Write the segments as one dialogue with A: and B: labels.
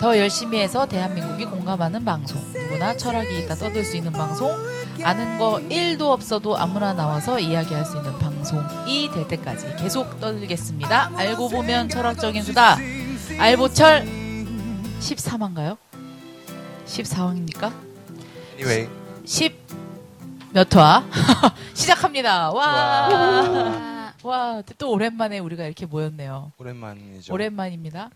A: 더 열심히 해서 대한민국이 공감하는 방송. 누구나 철학이 있다 떠들 수 있는 방송. 아는 거 1도 없어도 아무나 나와서 이야기할 수 있는 방송이 될 때까지 계속 떠들겠습니다. 알고 보면 철학적인 수다. 알보철 14만가요? 14왕입니까?
B: Anyway,
A: 10몇 화? 시작합니다. 와. 와, 또 오랜만에 우리가 이렇게 모였네요.
B: 오랜만이죠.
A: 오랜만입니다.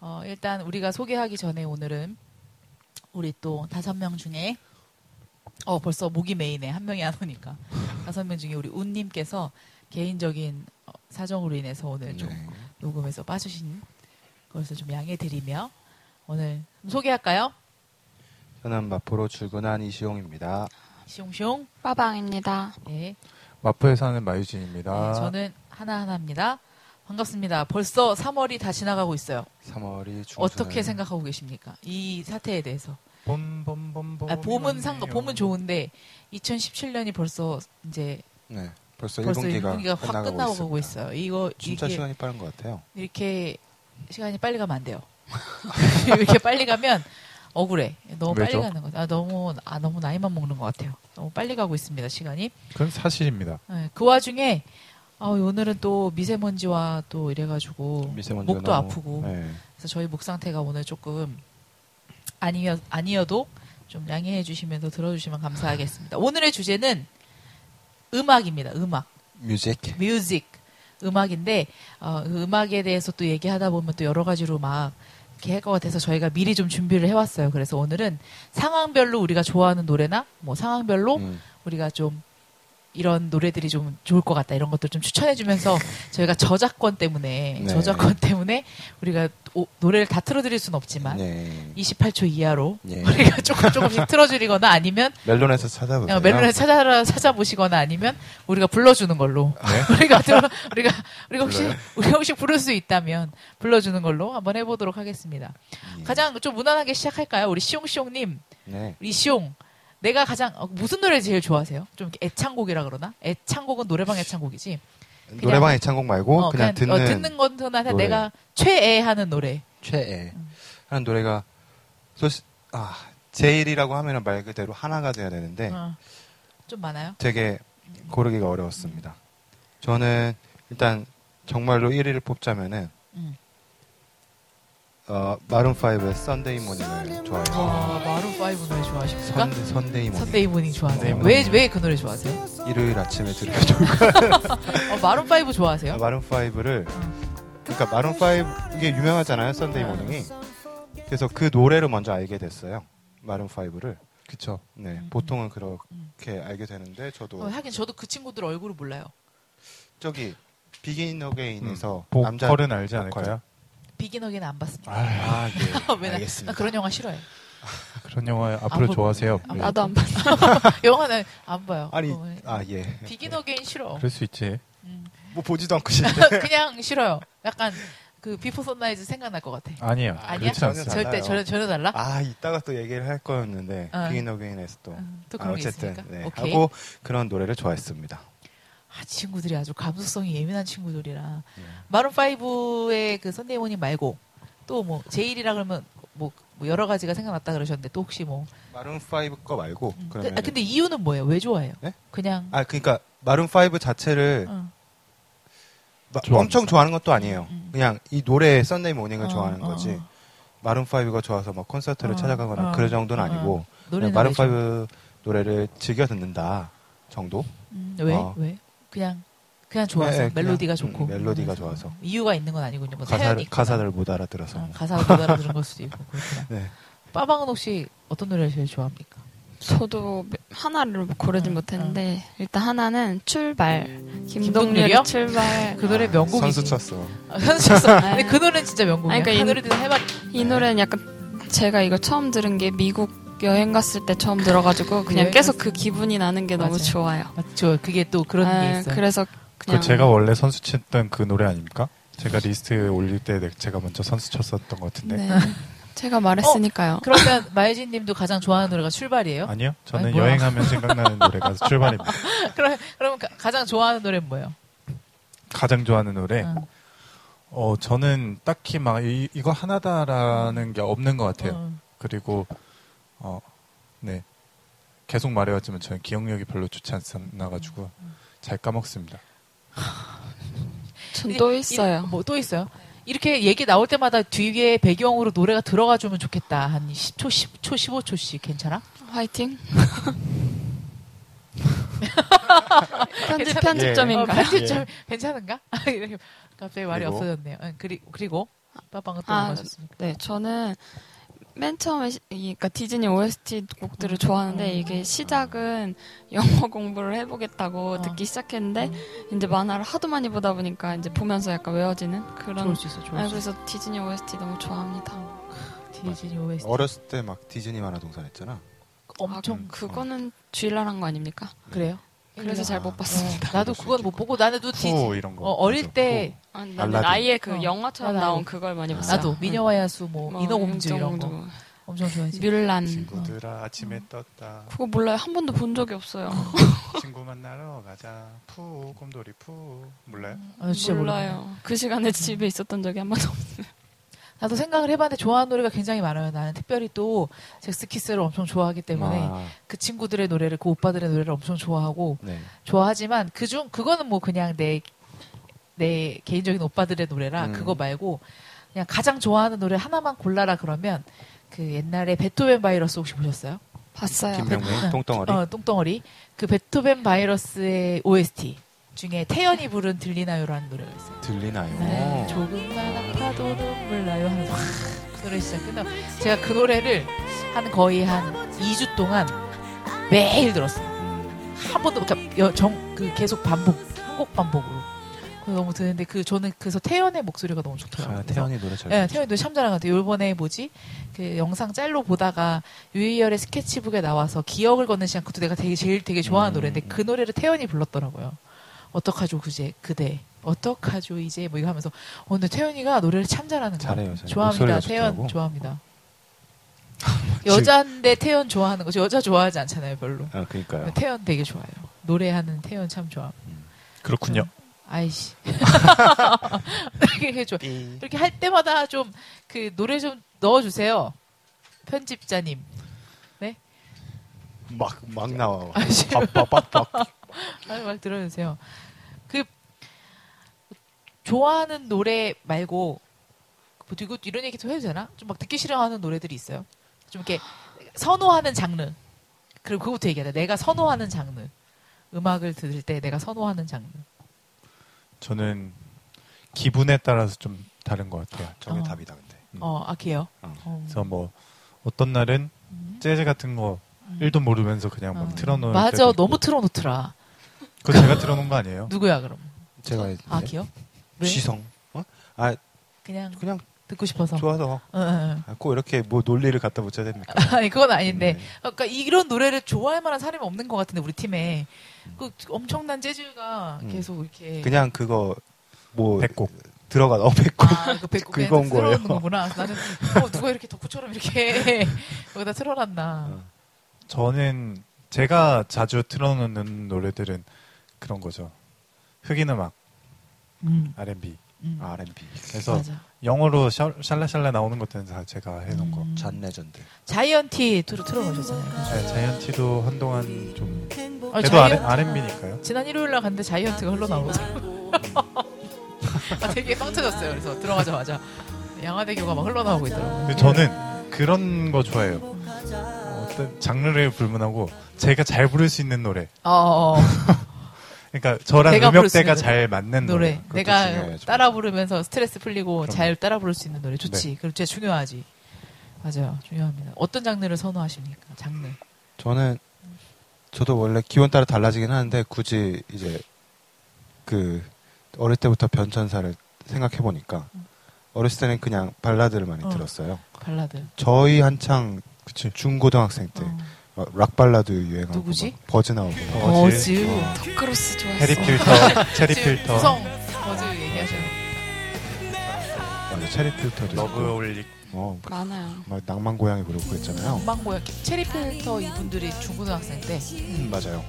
A: 어, 일단 우리가 소개하기 전에 오늘은 우리 또 다섯 명 중에 어 벌써 목이 메이네 한 명이 안 오니까 다섯 명 중에 우리 운님께서 개인적인 어, 사정으로 인해서 오늘 좀
B: 네.
A: 녹음에서 빠지신 것을 좀 양해드리며 오늘 좀 소개할까요?
B: 저는 마포로 출근한 이시용입니다.
A: 시옹시옹
C: 빠방입니다.
A: 네.
D: 마포에 사는 마유진입니다.
A: 네, 저는 하나하나입니다. 반갑습니다. 벌써 3월이 다 지나가고 있어요.
B: 3월이 중순.
A: 어떻게 생각하고 계십니까? 이 사태에 대해서.
D: 봄, 봄, 봄, 봄.
A: 아, 봄은 상관, 봄은 좋은데 2017년이 벌써 이제
B: 네, 벌써
A: 벌써
B: 1분기가,
A: 1분기가 확 끝나고 가고 있어요. 이거
B: 진짜
A: 이게
B: 시간이 빠른 것 같아요.
A: 이렇게 시간이 빨리 가면 안 돼요. 이렇게 빨리 가면 억울해. 너무
D: 왜죠?
A: 빨리 가는 거죠. 아, 너무 아 너무 나이만 먹는 것 같아요. 너무 빨리 가고 있습니다. 시간이.
D: 그건 사실입니다.
A: 네, 그 와중에 아, 오늘은 또 미세먼지와 또 이래가지고
B: 미세먼지가
A: 목도
B: 너무-
A: 아프고
B: 네.
A: 그래서 저희 목 상태가 오늘 조금 아니어, 아니어도 좀 양해해 주시면서 들어주시면 감사하겠습니다. 오늘의 주제는 음악입니다. 음악.
B: 뮤직.
A: 뮤직. 음악인데, 어, 그 음악에 대해서 또 얘기하다 보면 또 여러 가지로 막 이렇게 할 것 같아서 저희가 미리 좀 준비를 해왔어요. 그래서 오늘은 상황별로 우리가 좋아하는 노래나 뭐 상황별로
B: 음,
A: 우리가 좀 이런 노래들이 좀 좋을 것 같다 이런 것들 좀 추천해주면서 저희가 저작권 때문에
B: 네.
A: 저작권 때문에 우리가 오- 노래를 다 틀어드릴 순 없지만
B: 네.
A: 28초 이하로
B: 네.
A: 우리가 조금 조금씩 틀어드리거나 아니면
B: 멜론에서 찾아보세요.
A: 어, 멜론에 찾아 찾아보시거나 아니면 우리가 불러주는 걸로
B: 네.
A: 우리가 들어, 우리가 우리가 혹시 우리가 혹시 부를 수 있다면 불러주는 걸로 한번 해보도록 하겠습니다.
B: 예.
A: 가장 좀 무난하게 시작할까요? 우리 시옹시옹님
B: 네.
A: 우리 시옹 내가 가장 어, 무슨 노래 제일 좋아하세요? 좀 애창곡이라 그러나? 애창곡은 노래방 애창곡이지.
B: 노래방 애창곡 말고
A: 어,
B: 그냥,
A: 어,
B: 듣는,
A: 듣는 건나
B: 노래.
A: 내가 최애 하는 노래.
B: 최애 하는 노래가 솔직 아 제일이라고 하면은 말 그대로 하나가 돼야 되는데
A: 어. 좀 많아요?
B: 되게 고르기가 어려웠습니다. 저는 일단 정말로 1위를 뽑자면은
A: 음.
B: 어, 마룬 5의 썬데이 모닝을 좋아해요.
A: 아, 마룬 5 노래 좋아하십니까?
B: 선, 선데이 모닝.
A: 선데이 모닝 좋아하세요.
B: 선데이
A: 왜
B: 모닝.
A: 왜 그 노래 좋아하세요?
B: 일요일 아침에 들으면 좋을 것
A: 어, 마룬 5 좋아하세요?
B: 같아요. 마룬 5를 그러니까 마룬 5 이게 유명하잖아요. 썬데이
A: 음.
B: 모닝이. 그래서 그 노래를 먼저 알게 됐어요. 마룬 5를.
D: 그쵸.
B: 네,
A: 음.
B: 보통은 그렇게 알게 되는데 저도
A: 어, 하긴 저도 그 친구들 얼굴을 몰라요.
B: 저기 비긴 어게인에서 남자
D: 보컬은 알지 않을까요?
B: 보컬.
A: 비긴어게는 안 봤습니다.
D: 아,
B: 아, 예.
A: 왜 나, 나
B: 알겠습니다.
A: 그런 영화 싫어해.
D: 그런 영화 앞으로
A: 보-
D: 좋아하세요.
A: 아,
D: 네.
C: 나도 안 봤어.
A: 영화는 안 봐요.
B: 아니,
A: 어,
B: 아, 예.
A: 비긴어게인 싫어.
D: 그럴 수 있지.
A: 음.
B: 뭐 보지도 않고 싶네.
A: 그냥 싫어요. 약간 그 비포 선라이즈 생각날 것 같아.
D: 아니야.
A: 아니야?
D: 그렇지 않습니다.
B: 전혀
A: 절대
B: 달라요.
A: 전혀 전혀 달라?
B: 아, 이따가 또 얘기를 할 거였는데
A: 어.
B: 비긴 어게인에서 또.
A: 음, 또
B: 아,
A: 그런 게
B: 어쨌든
A: 있으니까.
B: 네.
A: 오케이.
B: 하고 그런 노래를 좋아했습니다.
A: 아, 친구들이 아주 감수성이 예민한 친구들이라
B: 네.
A: 마룬 5의 그 선데이 모닝 말고 또 뭐 제일이라 그러면 뭐, 뭐 여러 가지가 생각났다 그러셨는데 또 혹시 뭐
B: 마룬 5거 말고
A: 음.
B: 그러면
A: 아, 근데 이유는 뭐예요? 왜 좋아해요?
B: 네?
A: 그냥
B: 아, 네. 그러니까 마룬 5 자체를
A: 어.
B: 마-
D: 좋아합니다.
B: 엄청 좋아하는 것도 아니에요.
A: 음, 음.
B: 그냥 이 노래 썬데이 모닝을
A: 어,
B: 좋아하는
A: 어,
B: 거지.
A: 어.
B: 마룬 5가 좋아서 막 콘서트를
A: 어,
B: 찾아가거나
A: 어,
B: 그런 정도는
A: 어, 어.
B: 아니고
A: 노래는
B: 그냥 마룬
A: 왜 좋아?
B: 5 노래를 즐겨 듣는다 정도.
A: 음, 왜?
B: 어.
A: 왜? 그냥 그냥 좋아서
B: 네, 네, 그냥,
A: 멜로디가
B: 음,
A: 좋고
B: 멜로디가
A: 그래서.
B: 좋아서.
A: 이유가 있는 건 아니군요. 뭐 사연이
B: 가사를
A: 있구나.
B: 가사를 못 알아들어서.
A: 아, 가사를 못 알아들은 걸 수도 있고 그렇구나.
B: 네.
A: 빠방은 혹시 어떤 노래를 제일 좋아합니까?
C: 저도 하나를 뭐 고르진
A: 응,
C: 못했는데 일단 하나는 출발.
A: 네, 음, 김동률이요?
C: 김동률의 출발.
A: 그 노래 명곡이지.
B: 선수 쳤어.
A: 아, 선수 쳤어. 근데 그 노래는 진짜 명곡이야.
C: 아니, 그러니까
A: 그
C: 이-
A: 노래는 해봤.
C: 이
A: 네.
C: 노래는 약간 제가 이거 처음 들은 게 미국 여행 갔을 때 처음 들어가지고 그냥
A: 여행
C: 계속 그 기분이 나는 게
A: 네.
C: 너무
A: 맞아요.
C: 좋아요.
A: 맞죠. 그게 또 그런 게
C: 아,
A: 있어요.
C: 그래서
D: 그
C: 그냥
D: 제가 원래 선수 쳤던 그 노래 아닙니까? 제가 리스트 올릴 때 내- 제가 먼저 선수 쳤었던 것 같은데.
C: 네. 제가 말했으니까요.
A: 어, 그러면 마유진님도 가장 좋아하는 노래가 출발이에요?
D: 아니요. 저는
A: 아니, 뭐야.
D: 여행하면 생각나는 노래가 출발입니다.
A: 그럼 그럼 가, 장 좋아하는 노래는 뭐예요?
D: 네, 가장 좋아하는 노래.
A: 응.
D: 어, 저는 딱히 막 이, 이거 하나다라는 게 없는 것 같아요.
A: 음.
D: 그리고 어, 네 계속 말해왔지만 저는 기억력이 별로 좋지 않나 가지고 잘 까먹습니다.
C: 전 또 있어요.
A: 뭐 또 있어요? 이렇게 얘기 나올 때마다 뒤에 배경으로 노래가 들어가 주면 좋겠다. 한 10초, 10초, 15초씩 괜찮아?
C: 화이팅. 편집 편집점인가?
A: 어, 편집점 괜찮은가? 이렇게 갑자기 말이
B: 그리고?
A: 없어졌네요. 응, 그리, 그리고 빠방은 또
C: 아,
A: 뭐가 좋습니까?
C: 네, 저는 맨 처음에 시- 이- 그러니까 디즈니 OST 곡들을
A: 음.
C: 좋아하는데 이게 시작은 영어 공부를 해보겠다고
A: 어.
C: 듣기 시작했는데
A: 음.
C: 이제 만화를 하도 많이 보다 보니까 이제 보면서 약간 외워지는 그런.
A: 좋을 수 있어, 좋을
C: 아,
A: 수 있어.
C: 그래서 디즈니 OST 너무 좋아합니다.
A: 디즈니 OST.
B: 어렸을 때 막 디즈니 만화 동산 했잖아.
A: 엄청
C: 아, 그거는 주일날한 거 아닙니까?
A: 그래요?
C: 그래서 잘 못 봤습니다.
A: 어, 나도 그건 못 보고 나는 또 디즈
D: 호 이런 거.
A: 어, 어릴
D: 그죠?
A: 때
C: 아, 나는
D: 알라딘.
C: 아예 그
A: 어.
C: 영화처럼
A: 알라딘.
C: 나온 그걸 많이 봤어요.
A: 나도 미녀와 야수 뭐
C: 뭐
A: 인어공주 이런 거
C: 인어공주,
A: 엄청 좋아했지.
C: 뮬란.
A: 어.
D: 친구들아 아침에 떴다.
C: 그거 몰라요. 한 번도 본 적이 없어요.
D: 친구 만나러 가자. 푸 곰돌이 푸 몰라요?
A: 아, 진짜 몰라요. 음.
C: 몰라요. 그 시간에 집에 있었던 적이 한 번도 없어요.
A: 나도 생각을 해봤는데 좋아하는 노래가 굉장히 많아요. 나는 특별히 또 잭스키스를 엄청 좋아하기 때문에
B: 아,
A: 그 친구들의 노래를 그 오빠들의 노래를 엄청 좋아하고
B: 네.
A: 좋아하지만 그중 그거는 뭐 그냥 내 내 개인적인 오빠들의 노래라
B: 음.
A: 그거 말고 그냥 가장 좋아하는 노래 하나만 골라라 그러면 그 옛날에 베토벤 바이러스 혹시 보셨어요?
C: 봤어요.
B: 김명민 똥덩어리.
A: 아, 어, 똥덩어리. 그 베토벤 바이러스의 OST 중에 태연이 부른 들리나요라는 노래가 있어요.
B: 들리나요? 아,
A: 네, 조금만 아파도 눈물 나요 하는 그 노래 진짜 끝나. 제가 그 노래를 한 거의 한 2주 동안 매일 들었어요.
B: 음,
A: 한 번도 그러니까 여- 정, 그 계속 반복, 한 곡 반복으로. 그거 너무 듣는데 그 저는 그래서 태연의 목소리가 너무 좋더라고요.
B: 아, 태연이 노래 잘.
A: 예,
B: 부르죠.
A: 태연이도 참 잘한 것 같아요. 요번에 뭐지? 그 영상 짤로 보다가 유이열의 스케치북에 나와서 기억을 걷는 시간 그것도 내가 되게 제일 되게 좋아하는
B: 음.
A: 노래인데 그 노래를 태연이 불렀더라고요. 어떡하죠 그제 그대 어떡하죠 이제 뭐 이거 하면서 어, 근데 태연이가 노래를 참 잘하는 거
B: 잘해요, 잘해요.
A: 좋아합니다.
B: 목소리가
A: 태연
B: 좋더라고.
A: 좋아합니다. 여자인데 태연 좋아하는 거죠. 여자 좋아하지 않잖아요 별로.
B: 아, 그러니까요.
A: 태연 되게 좋아해요. 노래하는 태연 참 좋아.
D: 그렇군요.
A: 음. 아이씨. 이렇게 좀 이렇게 할 때마다 좀 그 노래 좀 넣어주세요. 편집자님.
B: 막 막 나와.
A: 네. 아, 지금
B: 빡빡빡빡.
A: 아유, 막 들어주세요. 그 좋아하는 노래 말고 뭐 이거 이런 얘기도 해도 되나? 좀 막 듣기 싫어하는 노래들이 있어요. 좀 이렇게 선호하는 장르. 그리고 그것부터 얘기하자. 내가 선호하는 장르. 음악을 들을 때 내가 선호하는 장르.
D: 음. 저는 기분에 따라서 좀 다른 것 같아요.
B: 저게
A: 어.
B: 답이다 근데.
D: 음.
A: 어, 아키요.
B: 어.
A: 어.
D: 그래서 뭐 어떤 날은
A: 음.
D: 재즈 같은 거 일도 모르면서 그냥 막
A: 어.
D: 틀어놓을
A: 맞아,
D: 때도 있고.
A: 너무 틀어놓더라.
D: 그거 제가 틀어놓은 거 아니에요?
A: 누구야 그럼?
B: 음. 제가
D: 네.
A: 아
B: 했는데.
A: 기억? 왜?
B: 지성. 어? 아
A: 그냥
B: 그냥
A: 듣고 싶어서.
B: 좋아서.
A: 응, 응.
B: 아, 꼭 이렇게 뭐 논리를 갖다 붙여야 됩니까?
A: 아니 그건 아닌데.
D: 음.
B: 네.
A: 그러니까 이런 노래를 좋아할 만한 사람이 없는 것 같은데 우리 팀에 그 엄청난 재즈가
B: 음.
A: 계속 이렇게.
B: 그냥 그거
A: 음.
B: 뭐
D: 백곡.
B: 들어가 어 백곡.
A: 아, 그 배꼽
B: 그건
A: 그건 거예요.
B: 거예요.
A: 거구나. 나는 어, 누가 이렇게 덕후처럼 이렇게 거기다 틀어놨나.
D: 저는 제가 자주 틀어놓는 노래들은 그런 거죠. 흑인 음악,
A: 음,
D: R&B.
A: 음.
B: 아, R&B.
D: 아, 그래서
A: 맞아.
D: 영어로 샬- 샬라샬라 나오는 것들은 다 제가 해놓은 거.
A: 음.
B: 잔 레전드.
A: 자이언티 틀어 틀어놓으셨잖아요.
D: 네, 자- 자이언티도 한동안 좀
A: 아,
D: 그래도
A: 자이언-
D: R&B니까요.
A: 지난 일요일 날 갔는데 자이언트가 흘러나오더라고. 아, 되게 빵 터졌어요. 그래서 들어가자마자 양화대교가 막 흘러나오고 있더라고요.
D: 근데 저는 그런 거 좋아해요. 어떤 장르를 불문하고 제가 잘 부를 수 있는 노래.
A: 어, 어, 어.
D: 그러니까 저랑
A: 내가 부를 수
D: 음역대가
A: 있는
D: 잘 맞는 노래.
A: 노래.
B: 그것도
A: 내가
B: 중요해요, 정말.
A: 따라 부르면서 스트레스 풀리고
D: 그럼요.
A: 잘 따라 부를 수 있는 노래
B: 네.
A: 좋지. 그리고 진짜 중요하지. 맞아요. 중요합니다. 어떤 장르를 선호하십니까? 장르.
B: 저는 저도 원래 기원 따라 달라지긴 하는데 굳이 이제 그 어릴 때부터 변천사를 생각해 보니까 어렸을 때는 그냥 발라드를 많이
A: 음. 어.
B: 들었어요.
A: 발라드.
B: 네. 저희 한창
D: 그치.
B: 중고등학생 때 어, 락 발라드 유행하고
A: 누구지?
B: 막 버즈 나오고 막
A: 어,
D: 버즈.
A: 지우.
C: 크로스 좋아했어.
D: 해리 필터, 체리
A: 지금
D: 필터,
A: 구성 버즈 얘기하시는
B: 맞아, 체리 필터도
D: 러브
B: 있고
D: 올릭.
B: 어,
C: 많아요.
B: 막 낭만 고양이 그러고 그랬잖아요.
A: 방고야 체리 필터 이분들이 중고등학생 때
B: 음, 맞아요.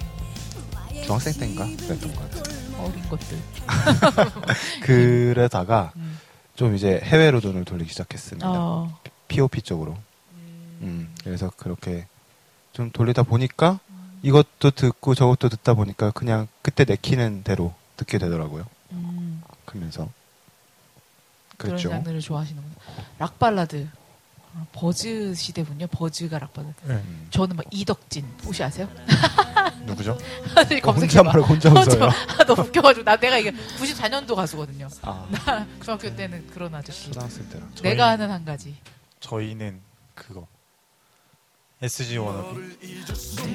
B: 중학생 때인가 그랬던 것 같아요.
A: 어린 것들.
B: 그러다가
A: 음.
B: 좀 이제 해외로 돈을 돌리기 시작했습니다.
A: 어,
B: POP 쪽으로. 음, 그래서 그렇게 좀 돌리다 보니까 이것도 듣고 저것도 듣다 보니까 그냥 그때 내키는 대로 듣게 되더라고요.
A: 음,
B: 그러면서
A: 그런
B: 그랬죠.
A: 장르를 좋아하시는군요. 락 발라드. 아, 버즈 시대군요. 버즈가 락 발라드.
D: 네.
B: 음.
A: 저는 막 이덕진 혹시 아세요?
D: 누구죠?
B: 어, 혼자
A: 검색해봐.
B: 말고 혼자 웃어요.
A: 아, 너무 웃겨가지고 나 내가 이게 94년도 가수거든요.
B: 아,
A: 나 중학교 때는 그런 아저씨.
B: 초등학생 때랑.
D: 저희-
A: 내가 아는 한 가지.
D: 저희는 그거 SG 워너비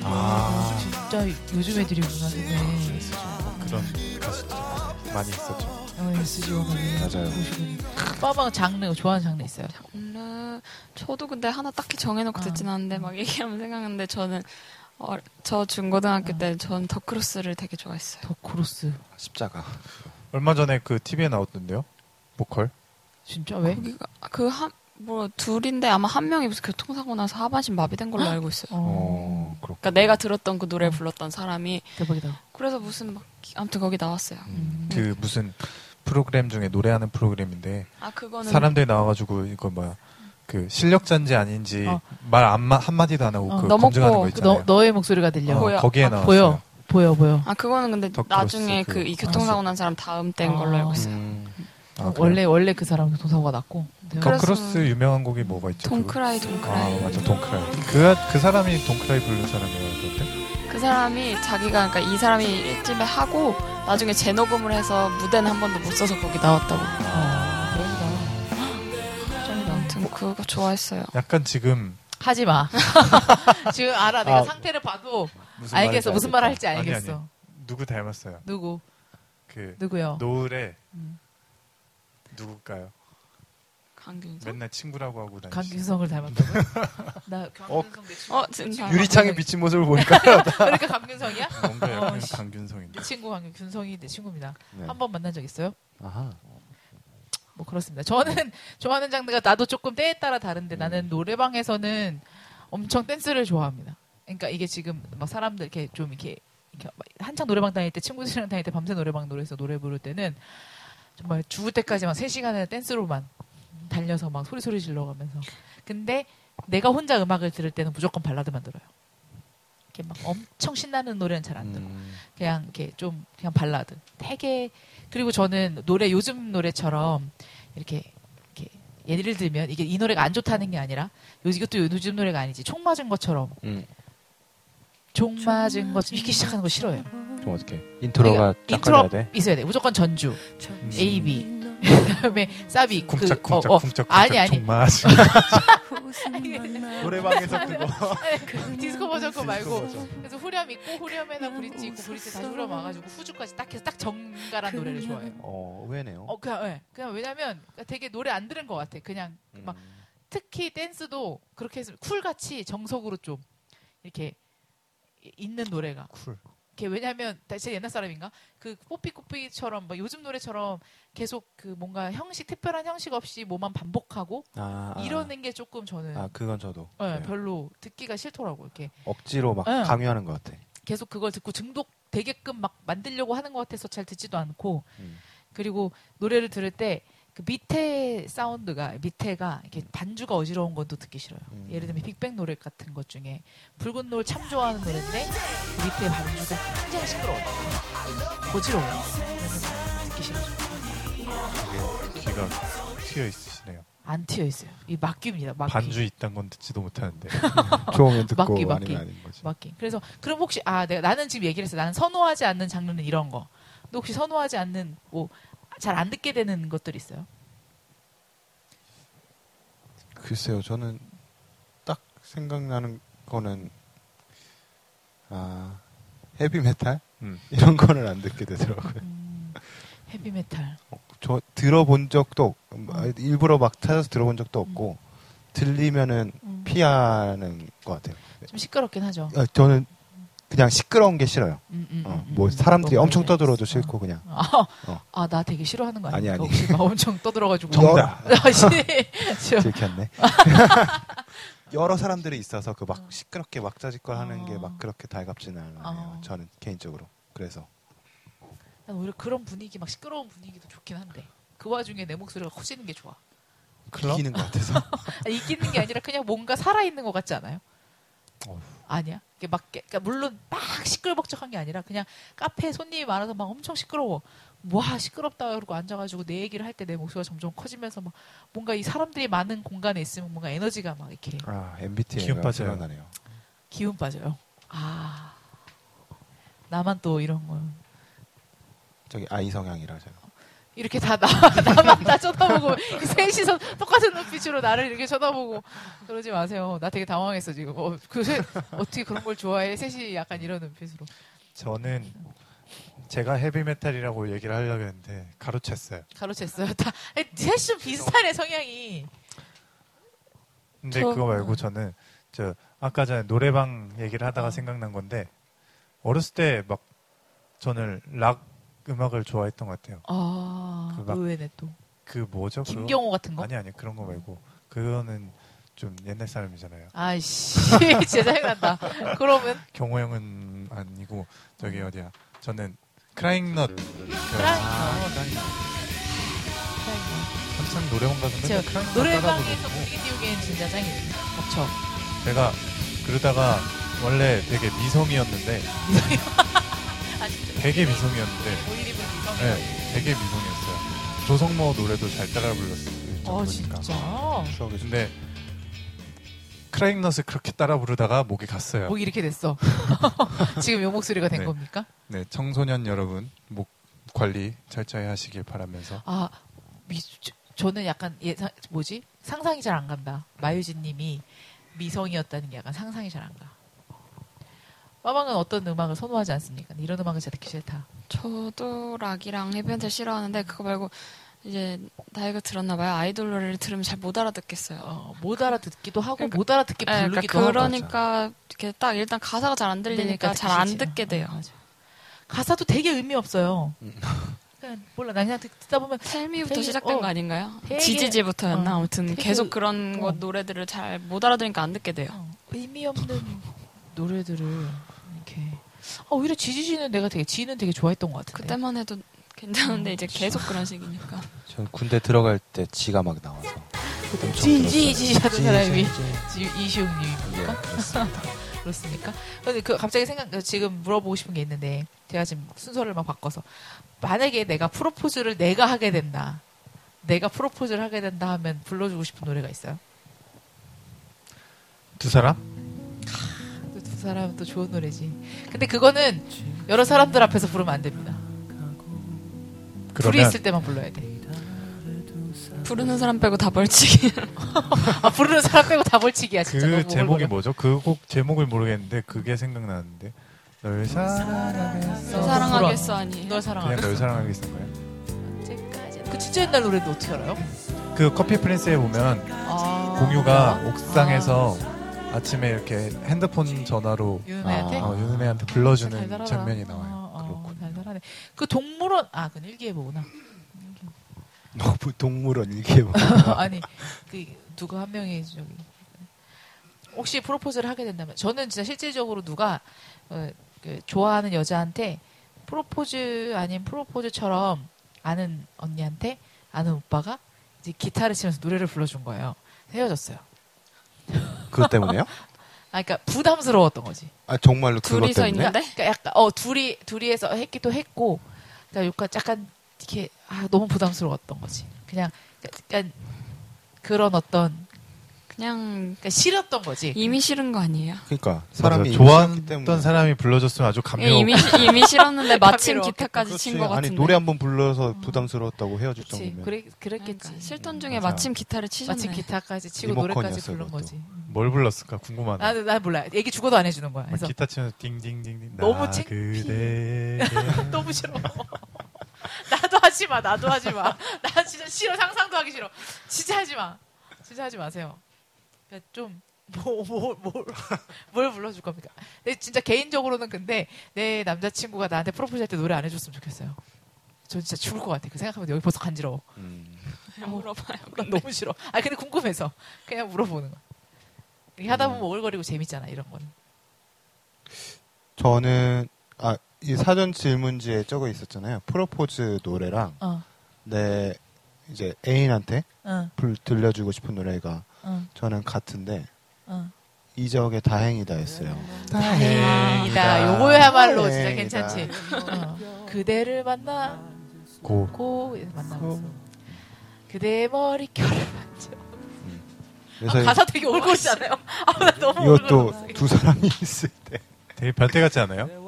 A: 아, 진짜 요즘 애들이 네. 문화생활에
D: SG 워너비 그런 가수들 많이 있었죠.
A: SG 워너비
B: 맞아요.
A: 보시군요. 빠방 장르 좋아하는 장르 있어요.
C: 음, 저도 근데 하나 딱히 정해놓고
A: 아.
C: 듣진 않는데 막 얘기하면 생각하는데 저는 어, 저 중고등학교
A: 아.
C: 때 전 더크로스를 되게 좋아했어요.
A: 더 크로스.
B: 십자가.
D: 얼마 전에 그 TV에 나왔던데요. 보컬.
A: 진짜 왜?
C: 거기가 그한뭐 둘인데 아마 한 명이 무슨 교통사고 나서 하반신 마비된 걸로 알고 있어요.
A: 어,
B: 어, 그렇고.
C: 그러니까 내가 들었던 그 노래 불렀던 사람이
A: 대박이다.
C: 그래서 무슨 막 기- 아무튼 거기 나왔어요.
A: 음.
D: 그 무슨 프로그램 중에 노래하는 프로그램인데
C: 아 그거는
D: 사람들이 나와가지고 이거 뭐야 그 실력자인지 아닌지
A: 어.
D: 말 안 한 마디도 안 하고
A: 어,
D: 그
C: 넘었고
D: 검증하는 거
A: 그 너,
D: 있잖아요.
A: 너의 목소리가 들려.
D: 어,
C: 보여.
D: 거기에
C: 아,
D: 나왔어요.
A: 보여. 보여 보여.
C: 아 그거는 근데
D: 더크로스
C: 나중에 그
D: 그거.
C: 이 교통사고 난 사람 다음 때인 걸로
A: 아.
C: 알고 있어요.
B: 음,
D: 아, 그래요?
A: 원래 원래 그 사람 교통사고가 났고.
C: 그래서-
D: 더크로스 유명한 곡이 뭐가 있죠? 아, 그거?
C: 동크라이 동크라이
D: 아 맞아 동크라이. 그, 그 사람이 동크라이 부른 사람이에요 그때.
C: 그 사람이 자기가 그러니까 이 사람이 일집에 하고 나중에 재녹음을 해서 무대는 한 번도 못 써서 거기 나왔다고.
A: 아, 대박이다. 짱이다.
C: 아무튼 그거 좋아했어요.
D: 약간 지금
A: 하지 마. 지금 알아. 내가
D: 아.
A: 상태를 봐도
D: 무슨
A: 알겠어. 무슨 말 할지
D: 아니,
A: 알겠어.
D: 아니. 누구 닮았어요?
A: 누구?
D: 그
A: 누구요?
D: 노을에
A: 음.
D: 누굴까요?
C: 강균성.
D: 맨날 친구라고 하고 다니시.
A: 강균성을 닮았다고요? 나 강균성 내 친구.
C: 어 진짜.
D: 유리창에 비친 모습을 보니까
A: 그러니까 강균성이야?
D: 뭔가
A: 어,
D: 약간
A: 씨.
D: 강균성인데.
A: 내 친구 강균성이 내 친구입니다.
B: 네.
A: 한 번 만난 적 있어요?
B: 아하.
A: 뭐 그렇습니다. 저는 좋아하는 장르가 나도 조금 때에 따라 다른데 나는 노래방에서는 엄청 댄스를 좋아합니다. 그러니까 이게 지금 막 사람들 이렇게 좀 이렇게, 이렇게 막 한창 노래방 다닐 때 친구들이랑 다닐 때 밤새 노래방 노래해서 노래 부를 때는 정말 죽을 때까지 막 3시간을 댄스로만 달려서 막 소리소리 질러가면서 근데 내가 혼자 음악을 들을 때는 무조건 발라드만 들어요. 이렇게 막 엄청 신나는 노래는 잘 안 들어. 요
B: 음,
A: 그냥 이렇게 좀 그냥 발라드. 되게 그리고 저는 노래 요즘 노래처럼 이렇게 이렇게 예를 들면 이게 이 노래가 안 좋다는 게 아니라 요 이것도 요즘 노래가 아니지 총 맞은 것처럼
B: 음,
A: 종 맞은 것 이렇게 시작하는 거 싫어요.
B: 좀 어떻게 인트로가 쫙 가야
A: 인트로
B: 돼.
A: 있어야 돼. 무조건 전주,
D: 음.
A: A B 그다음에 사비 그-
D: 쿵짝 쿵짝
A: 어, 어.
D: 쿵짝
A: 아니
D: 쿵짝
A: 아니
D: 정말 노래방에서 그거
A: 그 디스코 버전 거 말고
D: 맞아.
A: 그래서 후렴 있고 후렴에다 브릿지 있고 브릿지 다시 후렴 와가지고 후주까지 딱 해서 딱 정갈한 노래를 좋아해요.
B: 어, 의외네요.
A: 어 그냥 예. 그냥 왜냐면 되게 노래 안 들은 것 같아. 그냥 막
B: 음.
A: 특히 댄스도 그렇게 했으면 쿨같이 정석으로 좀 이렇게 이- 있는 노래가
D: 쿨.
A: 이렇게 왜냐하면 다시 옛날 사람인가 그 뽀삐뽀삐처럼 뭐 요즘 노래처럼 계속 그 뭔가 형식 특별한 형식 없이 뭐만 반복하고
B: 아, 아,
A: 이러는 게 조금 저는
B: 아, 그건 저도.
A: 예,
B: 네.
A: 별로 듣기가 싫더라고 이렇게
B: 억지로 막
A: 네.
B: 강요하는 것 같아.
A: 계속 그걸 듣고 중독되게끔 막 만들려고 하는 것 같아서 잘 듣지도 않고
B: 음.
A: 그리고 노래를 들을 때 그 밑에 사운드가 밑에가 이렇게 반주가 어지러운 것도 듣기 싫어요.
B: 음.
A: 예를 들면 빅뱅 노래 같은 것 중에 붉은 노을 참 좋아하는 노래인데 그 밑에 반주가 굉장히 시끄러워. 요 어지러워요. 그래서 듣기 싫어요.
D: 예, 귀가 튀어 있으시네요.
A: 안 튀어 있어요. 이 막깁니다. 막기.
D: 반주 있단 건 듣지도 못하는데
B: 좋으면 듣고
A: 어, 맞기, 맞기.
B: 아니면 아닌 거지.
A: 막기. 그래서 그럼 혹시 아 내가 나는 지금 얘기를 했어. 나는 선호하지 않는 장르는 이런 거. 근데 혹시 선호하지 않는 뭐 잘 안 듣게 되는 것들 있어요?
B: 글쎄요, 저는 딱 생각나는 거는 아 헤비 메탈
D: 음.
B: 이런 거는 안 듣게 되더라고요.
A: 음, 헤비메탈.
B: 저 들어본 적도 없- 음, 아, 일부러 막 찾아서 들어본 적도 없고 들리면은
A: 음.
B: 피하는 것 같아요.
A: 좀 시끄럽긴 하죠.
B: 아, 저는 그냥 시끄러운 게 싫어요.
A: 음, 음,
B: 어,
A: 음,
B: 뭐
A: 음.
B: 사람들이
A: 너무
B: 엄청
A: 그래.
B: 떠들어도
A: 어.
B: 싫고 그냥
A: 아,
B: 어.
A: 아, 나 되게 싫어하는 거 아니야?
B: 아니, 아니.
A: 혹시 막 엄청 떠들어가지고.
B: 정답.
A: 아, 씨. 저-
B: 들켰네. 여러 사람들이 있어서 그 막 시끄럽게 왁자지껄 하는
A: 어.
B: 게 막 그렇게 달갑지는 않아요.
A: 어.
B: 저는 개인적으로. 그래서
A: 난 오히려 그런 분위기, 막 시끄러운 분위기도 좋긴 한데. 그 와중에 내 목소리가 커지는 게 좋아.
D: 클럽?
B: 이기는 것 같아서.
A: 아, 이기는 게 아니라 그냥 뭔가 살아있는 것 같지 않아요?
D: 어휴.
A: 아니야. 이게 막, 깨- 그러니까 물론 막 시끌벅적한 게 아니라 그냥 카페에 손님이 많아서 막 엄청 시끄러워. 와, 시끄럽다. 그러고 앉아가지고 내 얘기를 할 때 내 목소리가 점점 커지면서 막 뭔가 이 사람들이 많은 공간에 있으면 뭔가 에너지가 막 이렇게
B: 아, MBTI가
D: 기운 빠져요.
B: 생각나네요.
A: 기운 빠져요. 아. 나만 또 이런 거.
B: 저기 아이 성향이라 제가.
A: 이렇게 다 나, 나만 다 쳐다보고 이 셋이서 똑같은 눈빛으로 나를 이렇게 쳐다보고 그러지 마세요. 나 되게 당황했어 지금. 어, 그 셋, 어떻게 그런 걸 좋아해? 셋이 약간 이런 눈빛으로.
D: 저는 제가 헤비메탈이라고 얘기를 하려고 했는데 가로챘어요.
A: 가로챘어요. 다, 셋이 비슷하네, 성향이.
D: 근데
C: 저-
D: 그거 말고 저는 저 아까 전에 노래방 얘기를
A: 아.
D: 하다가 생각난 건데 어렸을 때 막 저는 락 음악을 좋아했던 것 같아요.
A: 아,
D: 그 막-
A: 의외네 또.
D: 그 뭐죠? 그거?
A: 김경호 같은 거?
D: 아니 아니 그런 거 말고 그거는 좀 옛날 사람이잖아요.
A: 아이씨, 진짜 짜증난다. 그러면
D: 경호 형은 아니고 저기
A: 음.
D: 어디야? 저는 크라잉넛 그
A: 크라잉넛.
D: 한창 노래방 가서
A: 제
D: 맨날 크라잉넛
A: 노래방에서
D: 따라 부르고 어.
A: 분위기 띄우기엔 진짜 짱이네. 그쵸.
D: 제가 그러다가 원래 되게 미성이었는데
A: 아, 진짜.
D: 되게 미성이었는데
A: 올리브 이성.
D: 네, 되게 미성이었어요. 조성모 노래도 잘 따라 불렀어요.
A: 아,
D: 보니까.
A: 진짜.
B: 추억의 좀
D: 근데 크라잉넛을 그렇게 따라 부르다가 목이 갔어요.
A: 목이 이렇게 됐어. 지금 요 목소리가 된
D: 네.
A: 겁니까?
D: 네, 청소년 여러분 목 관리 철저히 하시길 바라면서
A: 아, 미, 저- 저는 약간 예상, 뭐지? 상상이 잘 안 간다. 마유진 님이 미성이었다는 게 약간 상상이 잘 안 가. 빠방은 어떤 음악을 선호하지 않습니까? 이런 음악은 제가 듣기 싫다.
C: 저도 락이랑 헤비메탈 싫어하는데 그거 말고 이제 나이가 들었나 봐요. 아이돌 노래를 들으면 잘 못 알아듣겠어요.
A: 어, 못 알아듣기도 하고
C: 그러니까-
A: 못 알아듣게
C: 네,
A: 부르기도
C: 그러니까
A: 하고.
C: 그러니까 이렇게 딱 일단 가사가 잘 안 들리니까
A: 그러니까
C: 잘 안
A: 듣기 싫지.
C: 듣게 돼요.
A: 어, 맞아. 가사도 되게 의미 없어요.
D: 음.
A: 그냥 몰라. 난 그냥 듣- 듣다 보면
C: 텔미부터
A: 되게-
C: 시작된
A: 어,
C: 거 아닌가요?
A: 되게-
C: 지지지부터였나
A: 어,
C: 아무튼
A: 되게-
C: 계속 그런 거
A: 어.
C: 노래들을 잘 못 알아들으니까 안 듣게 돼요.
A: 어, 의미 없는 노래들을 이렇게 어, 오히려 지지지는 내가 되게 지는 되게 좋아했던 것 같은데.
C: 그때만 해도 괜찮은데 이제 계속 음, 그런 식이니까.
B: 전 군대 들어갈 때 지가 막 나와서. 엄청
A: 지지
B: 들었어요.
A: 지지 하던
B: 지,
A: 그렇죠. 사람이
B: 지, 지.
D: 네.
B: 예,
A: 이시웅님입니까? 어,
B: 그렇습니다.
A: 그렇습니까? 근데 그 갑자기 생각 지금 물어보고 싶은 게 있는데 제가 지금 순서를 막 바꿔서 만약에 내가 프로포즈를 내가 하게 된다. 내가 프로포즈를 하게 된다 하면 불러주고 싶은 노래가 있어요.
D: 두 사람?
A: 또 두 사람은 또 좋은 노래지. 근데 그거는 여러 사람들 앞에서 부르면 안 됩니다. 둘이
D: 그러면
A: 있을 때만 불러야 돼.
C: 부르는 사람 빼고 다 벌칙이.
A: 아 부르는 사람 빼고 다 벌칙이야 진짜.
D: 그
A: 너무
D: 제목이
A: 오글거려.
D: 뭐죠? 그 곡 제목을 모르겠는데 그게 생각나는데 널 사랑했어
A: 널
C: 사랑하겠어 아니.
A: 널
D: 그냥
A: 사랑하는
D: 널 사랑하겠어 거예요.
A: 그 진짜 옛날 노래인데 어떻게 알아요?
D: 그 커피 프린스에 보면
A: 아,
D: 공유가 옥상에서 아침에 이렇게 핸드폰 전화로
A: 유은혜한테
B: 아,
D: 어, 윤은혜한테
A: 진짜
D: 불러주는
A: 달달하다.
D: 장면이 나와요.
A: 아, 아,
D: 그렇군.
A: 달달하네. 그 동물원 아, 그건 일기예보구나.
B: 너무 동물원 이게 뭐.
A: 아니 그 누구 한 명이 저기 혹시 프로포즈를 하게 된다면 저는 진짜 실질적으로 누가 어, 그 좋아하는 여자한테 프로포즈 아닌 프로포즈처럼 아는 언니한테 아는 오빠가 이제 기타를 치면서 노래를 불러준 거예요. 헤어졌어요.
B: 그것 때문에요?
A: 아, 그러니까 부담스러웠던 거지.
B: 아 정말로 그것
C: 둘이서
B: 때문에.
C: 있는
A: 그러니까, 그러니까 약간 어 둘이 둘이에서 했기도 했고, 그러니까 약간- 약간 이렇게 아, 너무 부담스러웠던 거지. 그냥 약간 그런 어떤
C: 그냥
A: 그러니까 싫었던 거지.
C: 이미 싫은 거 아니에요?
B: 그러니까 사람이
D: 사람이 좋아했던 사람이 불러줬으면 아주
A: 예,
D: 감미로워.
C: 예, 이미 이미 싫었는데 마침
A: 감미로워.
C: 기타까지 친 거
B: 아니
C: 같은데.
B: 노래 한 번 불러서 부담스러웠다고 헤어질
A: 음. 그렇지.
B: 정도면
A: 그래 그랬겠지.
C: 그러니까 실던 중에
D: 맞아.
C: 마침 기타를 치셨네.
A: 마치 기타까지 치고
B: 리모컨이었어,
A: 노래까지 부른
B: 그것도.
A: 거지.
D: 뭘 불렀을까 궁금하네.
A: 나는 난 몰라. 얘기 죽어도 안 해주는 거야.
D: 막
A: 그래서
D: 기타 치면서 딩딩딩딩.
A: 너무
D: 나
A: 창피해.
D: 그대.
A: 너무 싫어. 나도 하지 마. 나도 하지 마. 나 진짜 싫어. 상상도 하기 싫어. 진짜 하지 마. 진짜 하지 마세요. 그러니까 좀뭐뭘뭘뭘 불러줄 겁니까? 근데 진짜 개인적으로는 근데 내 남자친구가 나한테 프로포즈 할 때 노래 안 해줬으면 좋겠어요. 저 진짜 죽을 것 같아. 그 생각하면 여기 벌써 간지러워.
B: 음.
C: 물어봐요.
A: 난 너무 싫어. 아 근데 궁금해서 그냥 물어보는 거. 이렇게 하다 보면 오글거리고 재밌잖아 이런 거는.
B: 저는 아 이 사전 질문지에 적어 있었잖아요. 프로포즈 노래랑
A: 어.
B: 내 이제 애인한테
A: 응,
B: 불 들려주고 싶은 노래가
A: 응,
B: 저는 같은데
A: 응.
B: 이적의 다행이다였어요. 아,
A: 다행이다.
B: 네.
A: 요거야말로 진짜 괜찮지. 어. 그대를 만나
D: 고
A: 고 만나고
B: 그
A: 그대 머리결을 만져.
B: 그래서
A: 아, 가사 되게 올곧지 않아요? 아, 나 너무
B: 이것도
A: 올곧았어.
B: 두 사람이 있을 때
D: 되게 별태 같지 않아요?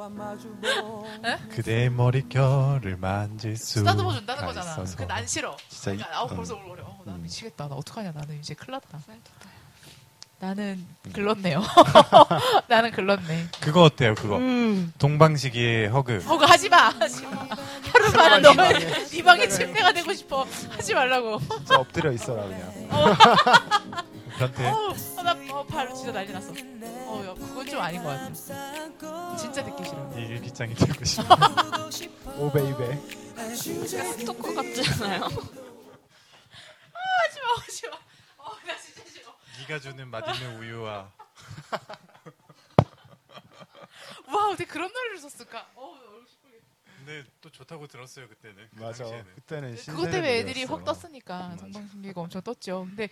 D: 그대의 머릿결을 만질 수
A: 쓰다듬어 준다는 거잖아.
D: 있어서.
A: 근데 난 싫어.
B: 진짜 이-
A: 그러니까 아우 벌써
B: 어.
A: 울거려. 어, 나
B: 음.
A: 미치겠다. 나 어떡하냐. 나는 이제 큰일 났다. 나는
B: 음.
A: 글렀네요. 나는 글렀네.
D: 그거 어때요? 그거
C: 음.
D: 동방시기의 허그
A: 어, 그거 하지 마. 하지 마. 하루만은 너의 네 방에 침대가 되고 싶어. 하지 말라고.
B: 진짜 엎드려 있어라 그냥.
D: 변태
A: 어우, 나 어, 발 진짜 난리 났어. 어, 야, 그건 좀 아닌 것 같아. 진짜 듣기 싫어.
D: 이 일기장이 되고 싶어
B: 오 베이베.
C: 스토커 같지 않아요?
A: 하지 마, 하지 마. 어, 나 진짜 싫어.
D: 네가 주는 맛있는 우유와
A: 와, 어떻게 그런 노래를 썼을까? 어, 얼굴 시뻘게.
D: 근데 또 좋다고 들었어요 그때는 그
B: 맞아.
D: 당시에는.
B: 그때는
A: 그것 때문에 애들이
B: 신세대들이었어.
A: 확 떴으니까
B: 맞아.
A: 동방신기가 엄청 떴죠. 근데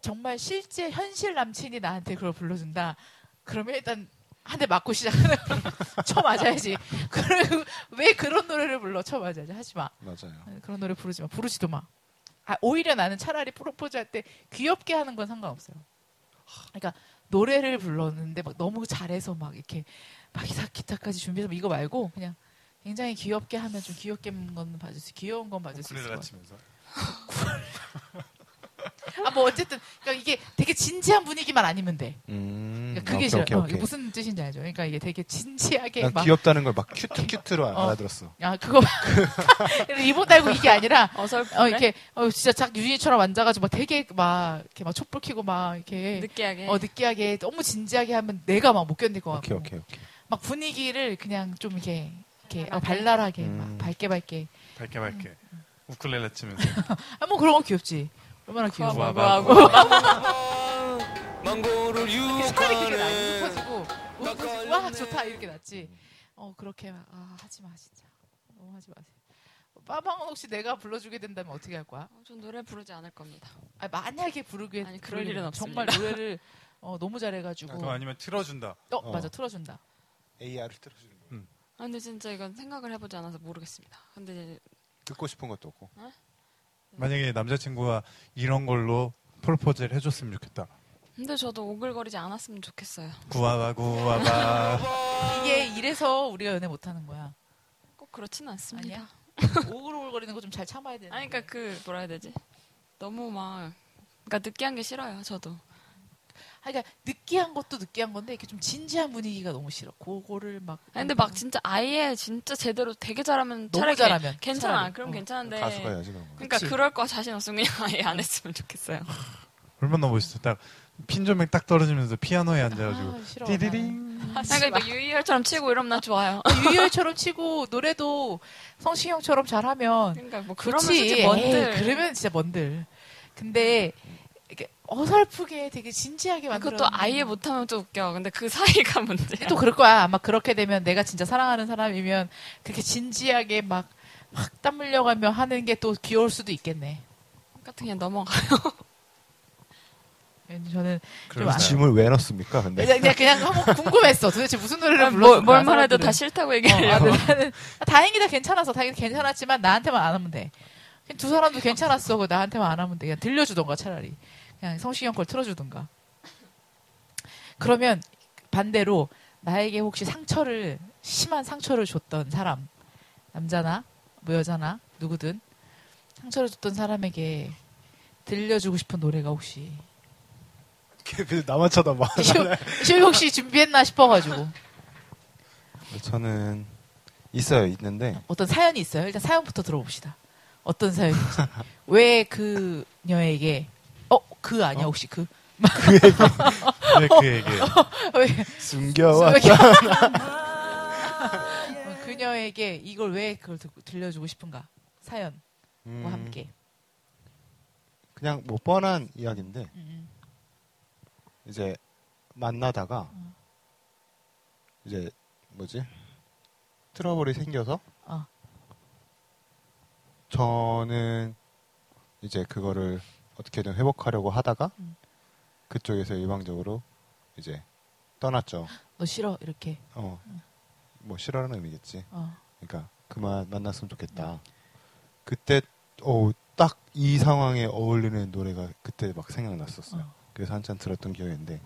A: 정말 실제 현실 남친이 나한테 그걸 불러준다. 그러면 일단 한 대 맞고 시작하는 거로 쳐 맞아야지. 그리고 왜 그런 노래를 불러? 쳐 맞아야지. 하지 마.
B: 맞아요.
A: 그런 노래 부르지 마. 부르지도 마. 아, 오히려 나는 차라리 프로포즈 할 때 귀엽게 하는 건 상관없어요. 그러니까 노래를 불렀는데 막 너무 잘해서 막 이렇게 막 기타, 기타까지 준비해서 이거 말고 그냥 굉장히 귀엽게 하면 좀 귀엽게 건 봐줄 수 귀여운 건 봐줄 수 있을 것
D: 우쿨렐라
A: 같아요.
D: 치면서
A: 아, 뭐 어쨌든 그러니까 이게 되게 진지한 분위기만 아니면 돼.
B: 음.
A: 그러니까 그게
B: 오케이,
A: 싫어.
B: 오케이,
A: 어,
B: 오케이.
A: 이게 무슨 뜻인지 알죠? 그러니까 이게 되게 진지하게
B: 난
A: 막
B: 귀엽다는 걸 막 큐트 큐트로 알아들었어.
A: 아, 그거 리본 달고 이게 아니라
C: 어설프네.
A: 어, 이렇게, 어, 진짜 작 유진이처럼 앉아가지고 막 되게 막, 이렇게 막 촛불 켜고 막, 이렇게.
C: 느끼하게.
A: 어, 느끼하게, 너무 진지하게 하면 내가 막 못 견딜 것 같고.
B: 오케이 오케이 오케이.
A: 막 분위기를 그냥 좀 이렇게, 이렇게, 어,
C: 발랄하게.
A: 발랄하게,
B: 음.
A: 막 밝게 밝게.
D: 밝게 밝게 우쿨렐라 치면서
A: 아, 뭐 그런 거 귀엽지. 얼마나 귀여워.
D: 음. 우와,
A: 막
D: 우와, 우와.
A: 이렇게 사람이 이렇게
E: 망고를
A: 나이
E: 유혹하네
A: 높아지고, 웃어지고, 와, 좋다. 이렇게 낫지. 어, 그렇게 막, 아, 하지 마, 진짜. 너무 하지 마세요. 어, 빠방은 혹시 내가 불러주게 된다면 어떻게 할 거야?
C: 어, 전 노래 부르지 않을 겁니다.
A: 아, 만약에 부르게
C: 아니, 그럴
A: 부르게
C: 일은
A: 되면 정말 노래를 어, 너무 잘해가지고
D: 그거 아니면 틀어준다
A: 어,
B: 어.
A: 맞아 틀어준다.
B: AR을 틀어주는 거.
C: 아, 근데 진짜 이건 생각을 해보지 않아서 모르겠습니다. 근데
B: 듣고 싶은 것도 없고.
D: 만약에 남자친구가 이런 걸로 프로포즈를 해줬으면 좋겠다
C: 근데 저도 오글거리지 않았으면 좋겠어요.
D: 구와바 구와바
A: 이게 이래서 우리가 연애 못하는 거야.
C: 꼭 그렇지는 않습니다.
A: 아니야? 오글오글거리는 거 좀 잘 참아야 되는.
C: 아니 그러니까 그 뭐라 해야 되지? 너무 막 그러니까 느끼한 게 싫어요. 저도.
A: 아, 그러니까 느끼한 것도 느끼한 건데 이렇게 좀 진지한 분위기가 너무 싫어. 그거를 막.
C: 아니, 근데 막 진짜 아예 진짜 제대로 되게 잘하면
A: 너무
C: 차라리
A: 잘하면,
C: 괜찮아.
A: 차라리.
C: 그럼
A: 어.
C: 괜찮은데.
B: 가수가 야지 그런 거.
C: 그러니까
A: 그치. 음.
C: 그럴거 자신 없으면 그냥 아예 안 했으면 좋겠어요.
D: 얼마나 멋있어 딱 핀조명 딱 떨어지면서 피아노에 앉아가지고
A: 아, 싫어.
D: 띠디링
C: 그러니까 막 유희열처럼 치고 이러면 나 좋아요.
A: 나는. 유희열처럼 치고 노래도 성시경처럼 잘하면
C: 그러니까 뭐 그러면
A: 그렇지.
C: 솔직히 뭔들.
A: 어, 그러면 진짜 뭔들. 근데 이렇게 어설프게 되게 진지하게 만들어.
C: 그것도 아예 못하면 또 웃겨. 근데 그 사이가 문제야.
A: 또 그럴 거야. 아마 그렇게 되면 내가 진짜 사랑하는 사람이면 그렇게 진지하게 막, 막 땀 흘려가며 하는 게 또 귀여울 수도 있겠네.
C: 같은 그냥 넘어가.
A: 왠지 저는
D: 그러면
A: 안-
B: 짐을 왜 넣습니까? 근데
A: 그냥, 그냥, 그냥 한번 궁금했어. 도대체 무슨 노래를
C: 뭘,
A: 불렀을까?
C: 뭘 말해도
A: 어, 사람들은.
C: 다 싫다고
A: 어, 아,
C: 얘기해요.
A: 근데 나는 아, 다행이다 괜찮아서 다행히 괜찮았지만 나한테만 안 하면 돼. 그냥 두 사람도 괜찮았어. 그거 나한테만 안 하면 돼. 그냥 들려주던가 차라리. 그냥 성시경 걸 틀어주던가. 그러면 반대로 나에게 혹시 상처를 심한 상처를 줬던 사람 남자나 뭐 여자나 누구든 상처를 줬던 사람에게 들려주고 싶은 노래가 혹시
B: 걔 나만 쳐다봐.
A: 시호 혹시 준비했나 싶어가지고
B: 아, 저는 있어요, 있는데
A: 어떤 사연이 있어요. 일단 사연부터 들어봅시다. 어떤 사연인지. 왜 그녀에게 어 그 아니야 혹시 그?
D: 네, 왜그 얘기예요
A: 왜,
B: 숨겨와.
A: 왜 이렇게- 어, 그녀에게 이걸 왜 그걸 듣- 들려주고 싶은가? 사연과
B: 음,
A: 함께.
B: 그냥 뭐 뻔한 이야기인데
A: 음,
B: 이제 만나다가 이제 뭐지 트러블이 생겨서
A: 어.
B: 저는 이제 그거를 어떻게든 회복하려고 하다가
A: 음.
B: 그쪽에서 일방적으로 이제 떠났죠.
A: 너 싫어 이렇게.
B: 어, 뭐 싫어하는 의미겠지.
A: 어.
B: 그러니까 그만 만났으면
A: 음.
B: 좋겠다. 그때 어딱 이 상황에 어울리는 노래가 그때 막 생각났었어요.
A: 어.
B: 그래서 한참 들었던 기억이 있는데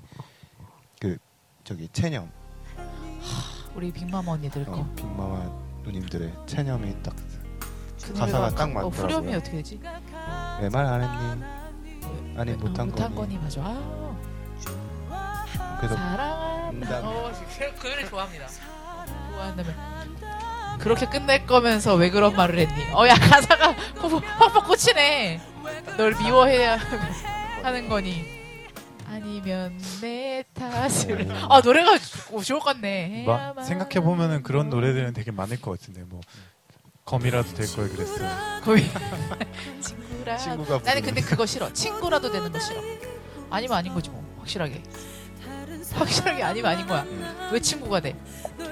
B: 그 저기 체념
A: 우리 빅맘 언니들 거.
B: 어, 빅마마 누님들의 체념이 딱 내
A: 그 노래가
B: 가사가
A: 가-
B: 딱
A: 어,
B: 맞더라고요.
A: 후렴이 어떻게 되지?
B: 말 안 했니? 아니
A: 어,
B: 못한,
A: 못한
B: 거니.
A: 거니 맞아. 아,
B: 그래서
A: 사랑한다.
D: 음,
B: 운다며.
A: 어, 그, 그 노래 좋아합니다. 좋아한다며. 그렇게 끝낼 거면서 왜 그런 말을 했니? 어, 야 가사가 퍽퍽 꽂히네. 널 미워해야 하는 거니. 아니면 내 탓을. 아 노래가 오, 좋을 것 같네. 해야만
D: 어. 뭐? 생각해 보면은 그런 노래들은 되게 많을 것 같은데 뭐 검이라도 될 걸 그랬어.
A: 거의 친구라.
B: 친구가 부르는
A: 나는 근데 그거 싫어. 친구라도 되는 거 싫어. 아니면 아닌 거지 뭐. 확실하게. 확실하게 아니면 아닌 거야. 왜 친구가 돼?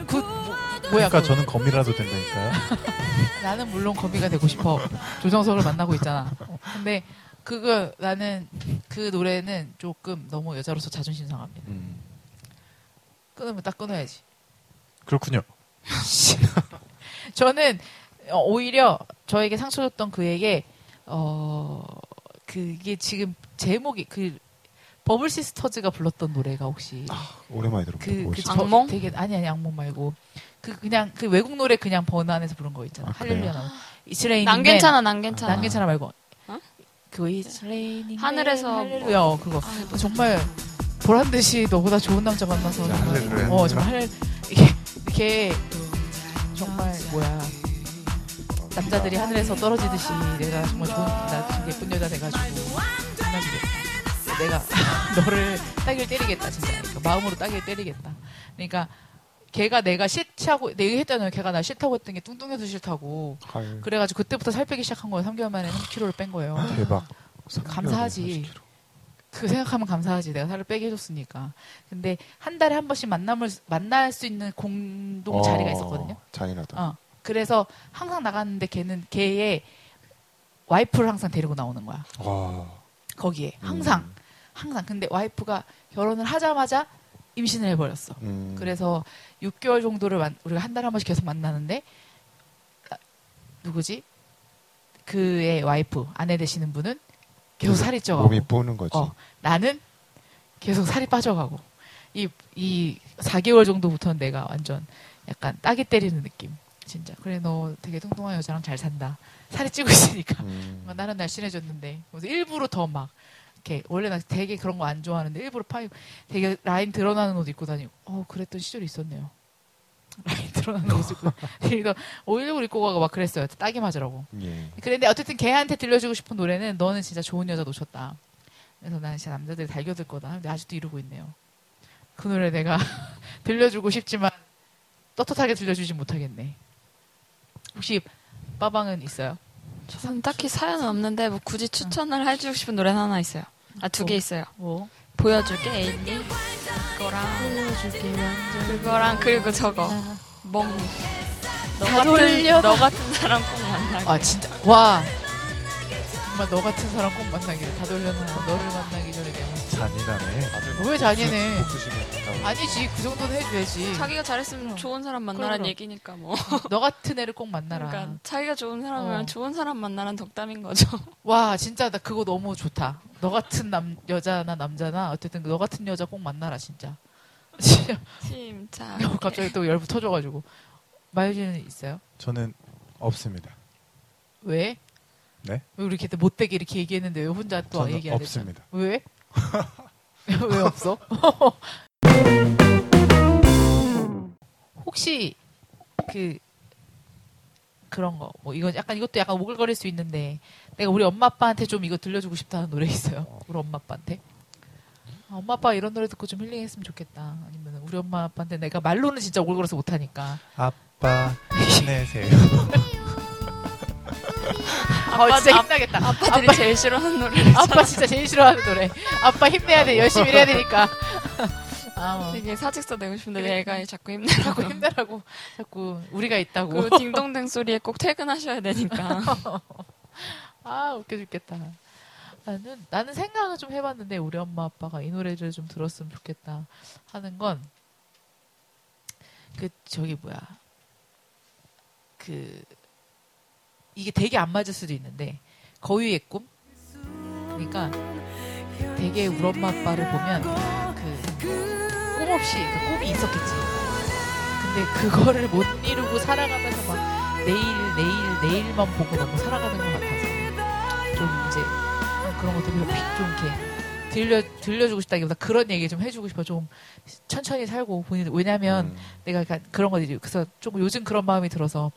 A: 그 뭐, 뭐야?
D: 그러니까
A: 그-
D: 저는 검이라도 된다니까요.
A: 나는 물론 거미가 되고 싶어. 조정석을 만나고 있잖아. 어, 근데 그거 나는 그 노래는 조금 너무 여자로서 자존심 상합니다.
B: 음.
A: 끊으면 딱 끊어야지.
D: 그렇군요.
A: 저는 어, 오히려 저에게 상처 줬던 그에게 어 그게 지금 제목이 그 버블 시스터즈가 불렀던 노래가 혹시
B: 오랜만에 들어보니까
A: 그,
B: 보고
A: 그
B: 싶다.
A: 저-
C: 악몽?
A: 되게 아니 아니 악몽 말고 그 그냥 그 외국 노래 그냥 번안에서 부른 거 있잖아.
B: 아, 그래요?
A: 할렐루야 나는 이스라엘
C: 난 괜찮아, 난 괜찮아.
A: 난 괜찮아 말고
C: 어?
A: 그 It's raining
C: 하늘에서
A: men, 할렐루야 어, 그거
C: 아, 이거
A: 정말 보란 듯이 너보다 좋은 남자 만나서
B: 진짜
A: 정말
B: 할렐루야.
A: 어 정말 할렐- 이게 이렇게 그 정말 뭐야 남자들이 하늘에서 떨어지듯이 내가 정말 좋은 나 진짜 예쁜 여자 돼가지고 만나주겠다 내가 너를 따기를 때리겠다 진짜 그러니까 마음으로 따기를 때리겠다 그러니까 걔가 내가 싫다고 내가 했잖아요 걔가 나 싫다고 했던 게 뚱뚱해서 싫다고
B: 헐.
A: 그래가지고 그때부터 살 빼기 시작한 거예요 3개월 만에 3kg를 뺀 거예요
D: 아, 대박.
A: 감사하지. 그 생각하면 감사하지. 내가 살을 빼게 해줬으니까. 근데 한 달에 한 번씩 만남을 만날 수 있는 공동 자리가
B: 어,
A: 있었거든요.
B: 잔인하다.
A: 어. 그래서 항상 나갔는데 걔는 걔의 와이프를 항상 데리고 나오는 거야.
B: 와. 음.
A: 거기에 어. 항상
D: 음.
A: 항상. 근데 와이프가 결혼을 하자마자 임신을 해버렸어.
B: 음.
A: 그래서 6개월 정도를 만- 우리가 한 달에 한 번씩 계속 만나는데 아, 누구지? 그의 와이프 아내 되시는 분은 계속 살이 쪄가고
B: 몸이 뿌는 거지.
A: 어, 나는 계속 살이 빠져가고 이, 이 4개월 정도부터는 내가 완전 약간 따기 때리는 느낌 진짜 그래 너 되게 뚱뚱한 여자랑 잘 산다 살이 찌고 있으니까
B: 음.
A: 어, 나는 날씬해졌는데 그래서 일부러 더 막 이렇게 원래 나 되게 그런 거 안 좋아하는데 일부러 파이고 되게 라인 드러나는 옷 입고 다니고 어 그랬던 시절이 있었네요 라인 드러나는 옷 입고 이거 옷 일부러 입고 가고 막 그랬어요 따기 맞으라고
B: 예.
A: 그런데 어쨌든 걔한테 들려주고 싶은 노래는 너는 진짜 좋은 여자 놓쳤다. 그래서 난 진짜 남자들 달겨들 거다. 근데 아직도 이러고 있네요. 그 노래 내가 들려주고 싶지만 떳떳하게 들려주지 못하겠네. 혹시 빠방은 있어요?
C: 저는 딱히 사연은 없는데 뭐 굳이 추천을 해주고 싶은 노래는 하나 있어요. 아 두 개
A: 뭐?
C: 있어요.
A: 뭐?
C: 보여줄게 에일리 그거랑 그거랑 그리고 저거 멍. 너
A: 다
C: 같은
A: 돌려봐.
C: 너 같은 사람 꼭 만나고.
A: 아 진짜 와 정말 너 같은 사람 꼭 만나기를 다 돌려놓고 너를 만나기 전에 내 모습.
D: 잔인하네.
A: 왜 잔인해?
B: 복수심이
A: 아니지 그 정도는 해줘야지.
C: 자기가 잘했으면 좋은 사람 만나란
A: 어. 그럼.
C: 얘기니까 뭐.
A: 너 같은 애를 꼭 만나라.
C: 그러니까 자기가 좋은 사람이면
A: 어.
C: 좋은 사람 만나란 덕담인 거죠.
A: 와 진짜 나 그거 너무 좋다. 너 같은 남 여자나 남자나 어쨌든 너 같은 여자 꼭 만나라 진짜. 진짜
C: 진짜.
A: 갑자기 또 열부 터져가지고 마유진은 있어요?
D: 저는 없습니다.
A: 왜?
D: 네?
A: 왜 우리 그때 못되게 이렇게 얘기했는데 왜 혼자 또
D: 저는
A: 얘기 안 했어?
D: 없습니다.
A: 왜? 왜 없어? 혹시 그 그런 거 뭐 이건 약간 이것도 약간 오글거릴 수 있는데 내가 우리 엄마 아빠한테 좀 이거 들려주고 싶다는 노래 있어요. 우리 엄마 아빠한테. 아, 엄마 아빠 이런 노래 듣고 좀 힐링했으면 좋겠다. 아니면 우리 엄마 아빠한테 내가 말로는 진짜 오글거려서 못하니까.
D: 아빠 힘내세요.
A: 아빠 진짜 힘나겠다.
C: 아빠들이 제일 싫어하는 노래.
A: 아빠 진짜 제일 싫어하는 노래. 아빠 힘내야 돼. 열심히 일해야 되니까. 아, 뭐.
C: 되게 사직서 내고 싶은데
A: 그래.
C: 내가 자꾸 힘내라고.
A: 그러니까. 자꾸 힘내라고 자꾸 우리가 있다고
C: 그 딩동댕 소리에 꼭 퇴근하셔야 되니까.
A: 아 웃겨 죽겠다. 나는 나는 생각을 좀 해봤는데 우리 엄마 아빠가 이 노래를 좀 들었으면 좋겠다 하는 건 그 저기 뭐야 그 이게 되게 안 맞을 수도 있는데 거위의 꿈 그러니까 되게 우리 엄마 아빠를 보면 그 꿈없이 그 꿈이 있었겠지 근데 그거를 못 이루고 살아가면서 막 내일 내일 내일만 보고 너무 살아가는 것 같아서 좀 이제 그런 것도 좀 이렇게 들려 들려주고 싶다기보다 그런 얘기 좀 해주고 싶어 좀 천천히 살고 본인 왜냐하면
B: 음.
A: 내가 약간 그런 거지 그래서 조금 요즘 그런 마음이 들어서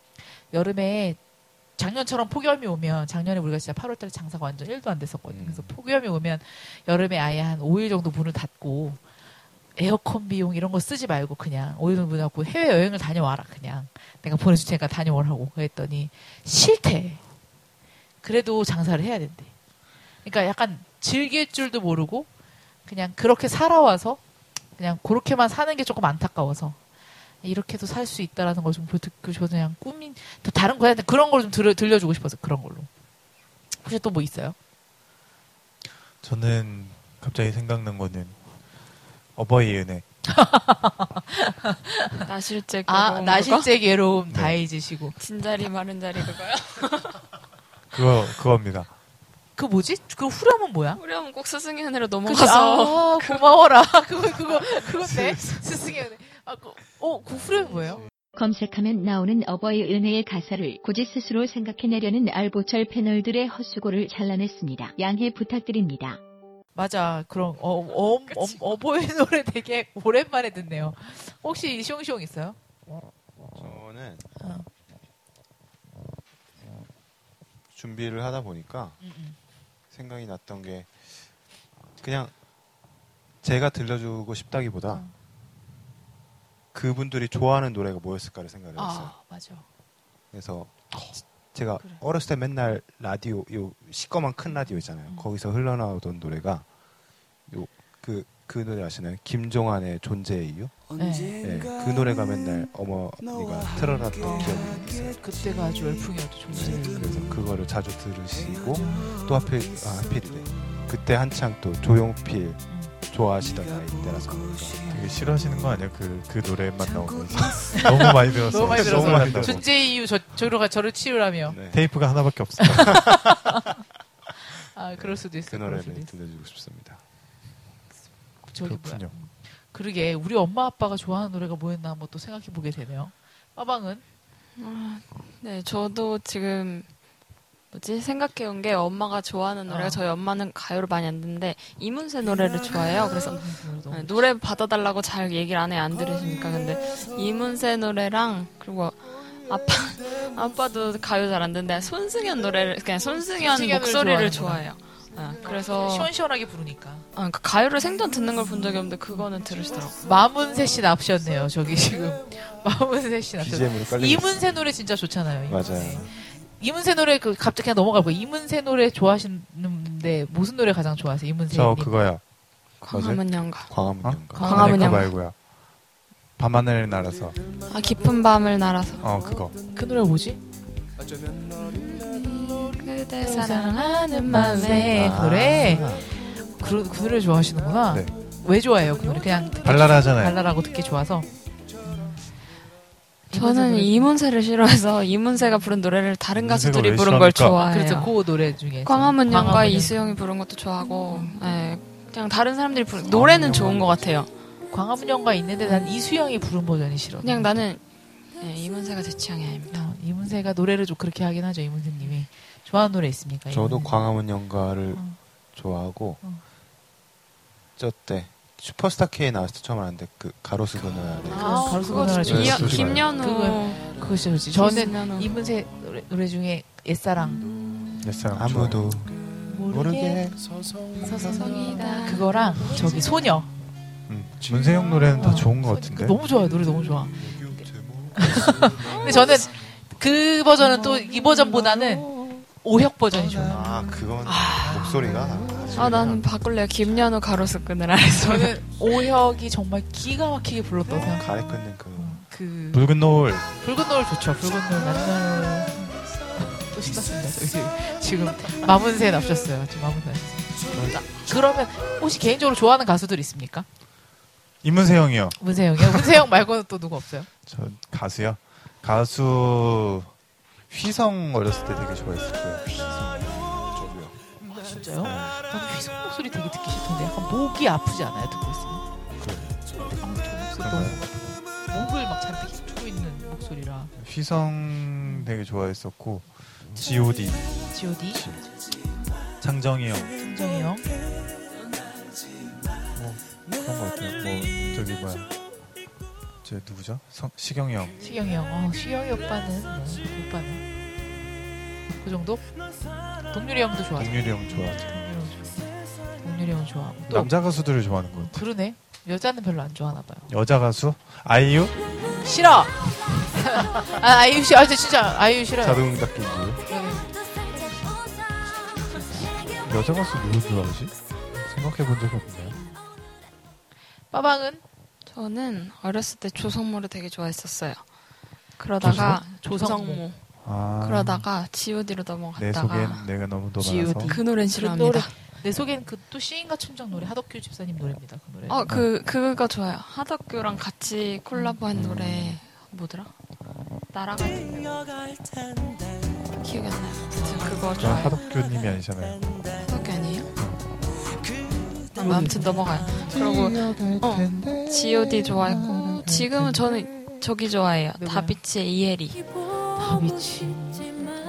A: 여름에 작년처럼 폭염이 오면 작년에 우리가 진짜 8월달에 장사가 완전 1도 안 됐었거든. 요
B: 음.
A: 그래서 폭염이 오면 여름에 아예 한 5일 정도 문을 닫고 에어컨 비용 이런 거 쓰지 말고 그냥 5일 정도 문 닫고 해외 여행을 다녀와라 그냥 내가 보내줄 테니까 다녀오라고 그랬더니 싫대. 그래도 장사를 해야 된대. 그러니까 약간 즐길 줄도 모르고 그냥 그렇게 살아와서 그냥 그렇게만 사는 게 조금 안타까워서 이렇게도 살 수 있다라는 걸 좀 보여드리고 싶어서 그냥 꿈인 또 다른 거야 그런 걸 좀 들려, 주고 싶어서 그런 걸로 혹시 또 뭐 있어요?
D: 저는 갑자기 생각난 거는 어버이 은혜.
C: 나실제 그거
A: 아 나실제 괴로움 다
D: 네.
A: 잊으시고
C: 진자리 마른 자리 그거요?
D: 그거 그겁니다.
A: 그 뭐지? 그 후렴은 뭐야?
C: 우리 하면 꼭 스승의 은혜로
A: 그치? 아
C: 넘어가서
A: 고마워라 그거 그거 네? 그건데 스승의 은혜 아그어그 후렴 뭐예요?
E: 검색하면 나오는 어버이 은혜의 가사를 굳이 스스로 생각해내려는 알보철 패널들의 헛수고를 잘라냈습니다. 양해 부탁드립니다.
A: 맞아 그런 어, 어, 어,
C: 그치.
A: 어버이 노래 되게 오랜만에 듣네요 혹시 시옹시옹 있어요?
B: 음, 저는
A: 어.
B: 준비를 하다 보니까
A: 음, 음.
B: 생각이 났던 게 그냥 제가 들려주고 싶다기보다
A: 어.
B: 그분들이 좋아하는 노래가 뭐였을까를 생각을 했어요.
A: 아 맞아
B: 그래서 지- 제가
A: 그래.
B: 어렸을 때 맨날 라디오 요 시꺼먼 큰 라디오 있잖아요.
A: 음.
B: 거기서 흘러나오던 노래가 요 그 그 노래 아시나요? 김종환의 존재의 이유. 예, 그 노래가 맨날 어머니가 틀어놨던 기억이 있어요.
A: 그때가 아주 열풍이었죠 정말
B: 네, 그래서 그거를 자주 들으시고 또 하필 아, 하필이네. 그때 한창 또 조용필 좋아하시던 나이 때라서 그런가.
D: 되게 싫어하시는 거 아니야? 그 그 노래만 나오면서 너무 많이 들었어.
A: 너무 많이 들어서
B: 너무 많이 들어서.
A: 존재 이유 저 저로가 저를 치유라며.
B: 네,
D: 테이프가 하나밖에 없어.
A: 아 그럴 수도
B: 그
A: 있어요. 그럴 수도
B: 노래를
A: 있어.
B: 들려주고 싶습니다.
A: 저기 뭐야.
D: 그렇군요.
A: 그러게 우리 엄마 아빠가 좋아하는 노래가 뭐였나 한번 또 생각해 보게 되네요. 빠방은
C: 네 저도 지금 뭐지 생각해온 게 엄마가 좋아하는 노래가
A: 어.
C: 저희 엄마는 가요를 많이 안 듣는데 이문세 노래를 좋아해요 그래서 네, 노래 받아달라고 잘 얘기를 안 해 안 들으시니까 근데 이문세 노래랑 그리고 아빠 아빠도 가요 잘 안 듣는데 손승연 노래를 그냥 손승연
A: 손승연을
C: 목소리를
A: 좋아하는구나. 음.
C: 좋아해요. 아, 그래서
A: 시원시원하게 부르니까
C: 아, 그 가요를 생전 듣는 걸 본 적이 없는데 그거는 들으시더라고. 요
A: 마문세 씨 납셨네요. 저기 지금 마문세 씨 납셨.
B: BGM으로 깔리고
A: 이문세 노래 진짜 좋잖아요. 이문세.
B: 맞아요.
A: 이문세 노래 그 갑자기 그냥 넘어갈 거예요. 이문세 노래 좋아하시는데 무슨 노래 가장 좋아하세요? 이문세 님.
D: 저 그거야.
C: 광화문 연가.
B: 광화문
D: 어?
B: 연가.
C: 광화문
D: 아니, 그거
C: 양말.
D: 말고야. 밤하늘 날아서.
C: 아 깊은 밤을 날아서.
D: 어 그거.
A: 그 노래 뭐지?
C: 그대
A: 사랑하는 마음의
B: 아.
A: 노래 그, 그 노래 좋아하시는구나
D: 네.
A: 왜 좋아해요 그 노래 그냥 듣기
D: 발랄하잖아요.
A: 발랄하고 듣기 좋아서
C: 저는 이문세를 싫어해서 이문세가 부른 노래를 다른
D: 이문세가
C: 가수들이
D: 왜
C: 부른 걸
D: 싫어합니까?
C: 좋아해요.
A: 그렇죠 그 노래 중에
C: 광화문 연가
A: 광화문
C: 이수영이 부른 것도 좋아하고, 예, 그냥 다른 사람들이 부른 노래는 좋은 것 같아요.
A: 연- 광화문 연가 있는데 난 이수영이 부른 버전이 싫어
C: 그냥 나는 예, 이문세가 제 취향이 아닙니다.
A: 어, 이문세가 노래를 좀 그렇게 하긴 하죠 이문세님이 좋아하는 노래 있습니까
B: 저도
A: 이문세?
B: 광화문 연가를
A: 어.
B: 좋아하고
A: 어.
B: 저 때 슈퍼스타 K 나왔을 때 처음 알았는데 그 가로수 그늘 아래
A: 아, 바로
C: 그거
A: 그거나
C: 좀
B: 좀
C: 이연-
B: 쓰지 마요.
C: 김연우.
A: 그거- 그거 진짜 좋지 저는 이문세 노래, 노래 중에 옛사랑
D: 네, 옛사람
B: 아무도
A: 모르게
B: 모르게
A: 서성이다 그거랑 저기 소녀
D: 음, 문세영 노래는 다
A: 어,
D: 좋은
A: 소-
D: 것 같은데. 네.
A: 너무 좋아요 노래 너무 좋아 근데 저는 그 버전은 또 이 버전보다는 오혁 버전이 좋아요
B: 아 그건 목소리가 아주
C: 아 나는 바꿀래요. 김연우 가로수 끈을 알았어.
A: 저는 그 오혁이 정말 기가 막히게 불렀다고 생각해요
B: 가래 끊는 그
A: 그
D: 붉은 노을.
A: 붉은 노을 좋죠 붉은 노을 만나요 또 신났습니다. 저희 지금 마문세 나오셨어요. 지금 마문세 나오셨어요. 자, 그러면 혹시 개인적으로 좋아하는 가수들 있습니까?
D: 이문세 형이요.
A: 문세영이요? 문세영 말고는 또 누구 없어요?
D: 저 가수요. 가수 휘성 어렸을 때 되게 좋아했었고요.
B: 저도요.
A: 아, 진짜요? 나는 휘성 목소리 되게 듣기 싫던데 약간 목이 아프지 않아요? 듣고 있으면? 아, 저 목소리 너무 목을 막 잔뜩 힘주고 있는 목소리라
D: 휘성 되게 좋아했었고 G.O.D.
A: G.O.D,
D: 창정이 형
A: 승정이 형
D: 뭐 그런 것 같아요. 뭐 저기 뭐야 저 누구죠? 성, 시경이 형
A: 시경이 형, 어, 시경이 오빠는 뭐, 그 오빠는 그 정도? 동률이 형도 좋아하죠.
D: 동률이 형 좋아하죠.
A: 동률이 형 좋아하고. 동률이 형 좋아하고. 또
D: 남자 가수들을 좋아하는 것 같아요.
A: 그러네. 여자는 별로 안 좋아하나 봐요.
D: 여자 가수 아이유
A: 싫어. 아, 아이유 싫어. 아, 진짜 아이유 싫어요.
B: 자동 닫기 이후.
D: 여자 가수 누구 좋아하지? 생각해 본 적이 없네요.
A: 빠방은
C: 저는 어렸을 때 조성모를 되게 좋아했었어요. 그러다가
A: 조성모?
C: 조성모.
D: 아,
C: 그러다가 G.O.D로
D: 내 속엔
C: 넘어갔다가
D: 내가 너무
A: G.O.D..
D: 도망가서
C: 그 노래는
A: 노래
C: 싫어합니다.
A: 내 속엔 그 또 시인과 춘장 노래 하덕규 집사님 노래입니다. 그 노래.
C: 어 그 그거 좋아요. 하덕규랑 같이 콜라보한 노래 뭐더라? 날아갈 텐데. 기억이 안 나요. 아무튼 그거
D: 저
C: 좋아요.
D: 하덕규님이 아니잖아요.
C: 하덕규 아니에요? 아, 뭐 아무튼 넘어가요. 그리고 어, G.O.D 좋아했고 지금은 저는 저기 좋아해요.
A: 누구야?
C: 다비치의 이혜리.
A: 다비치.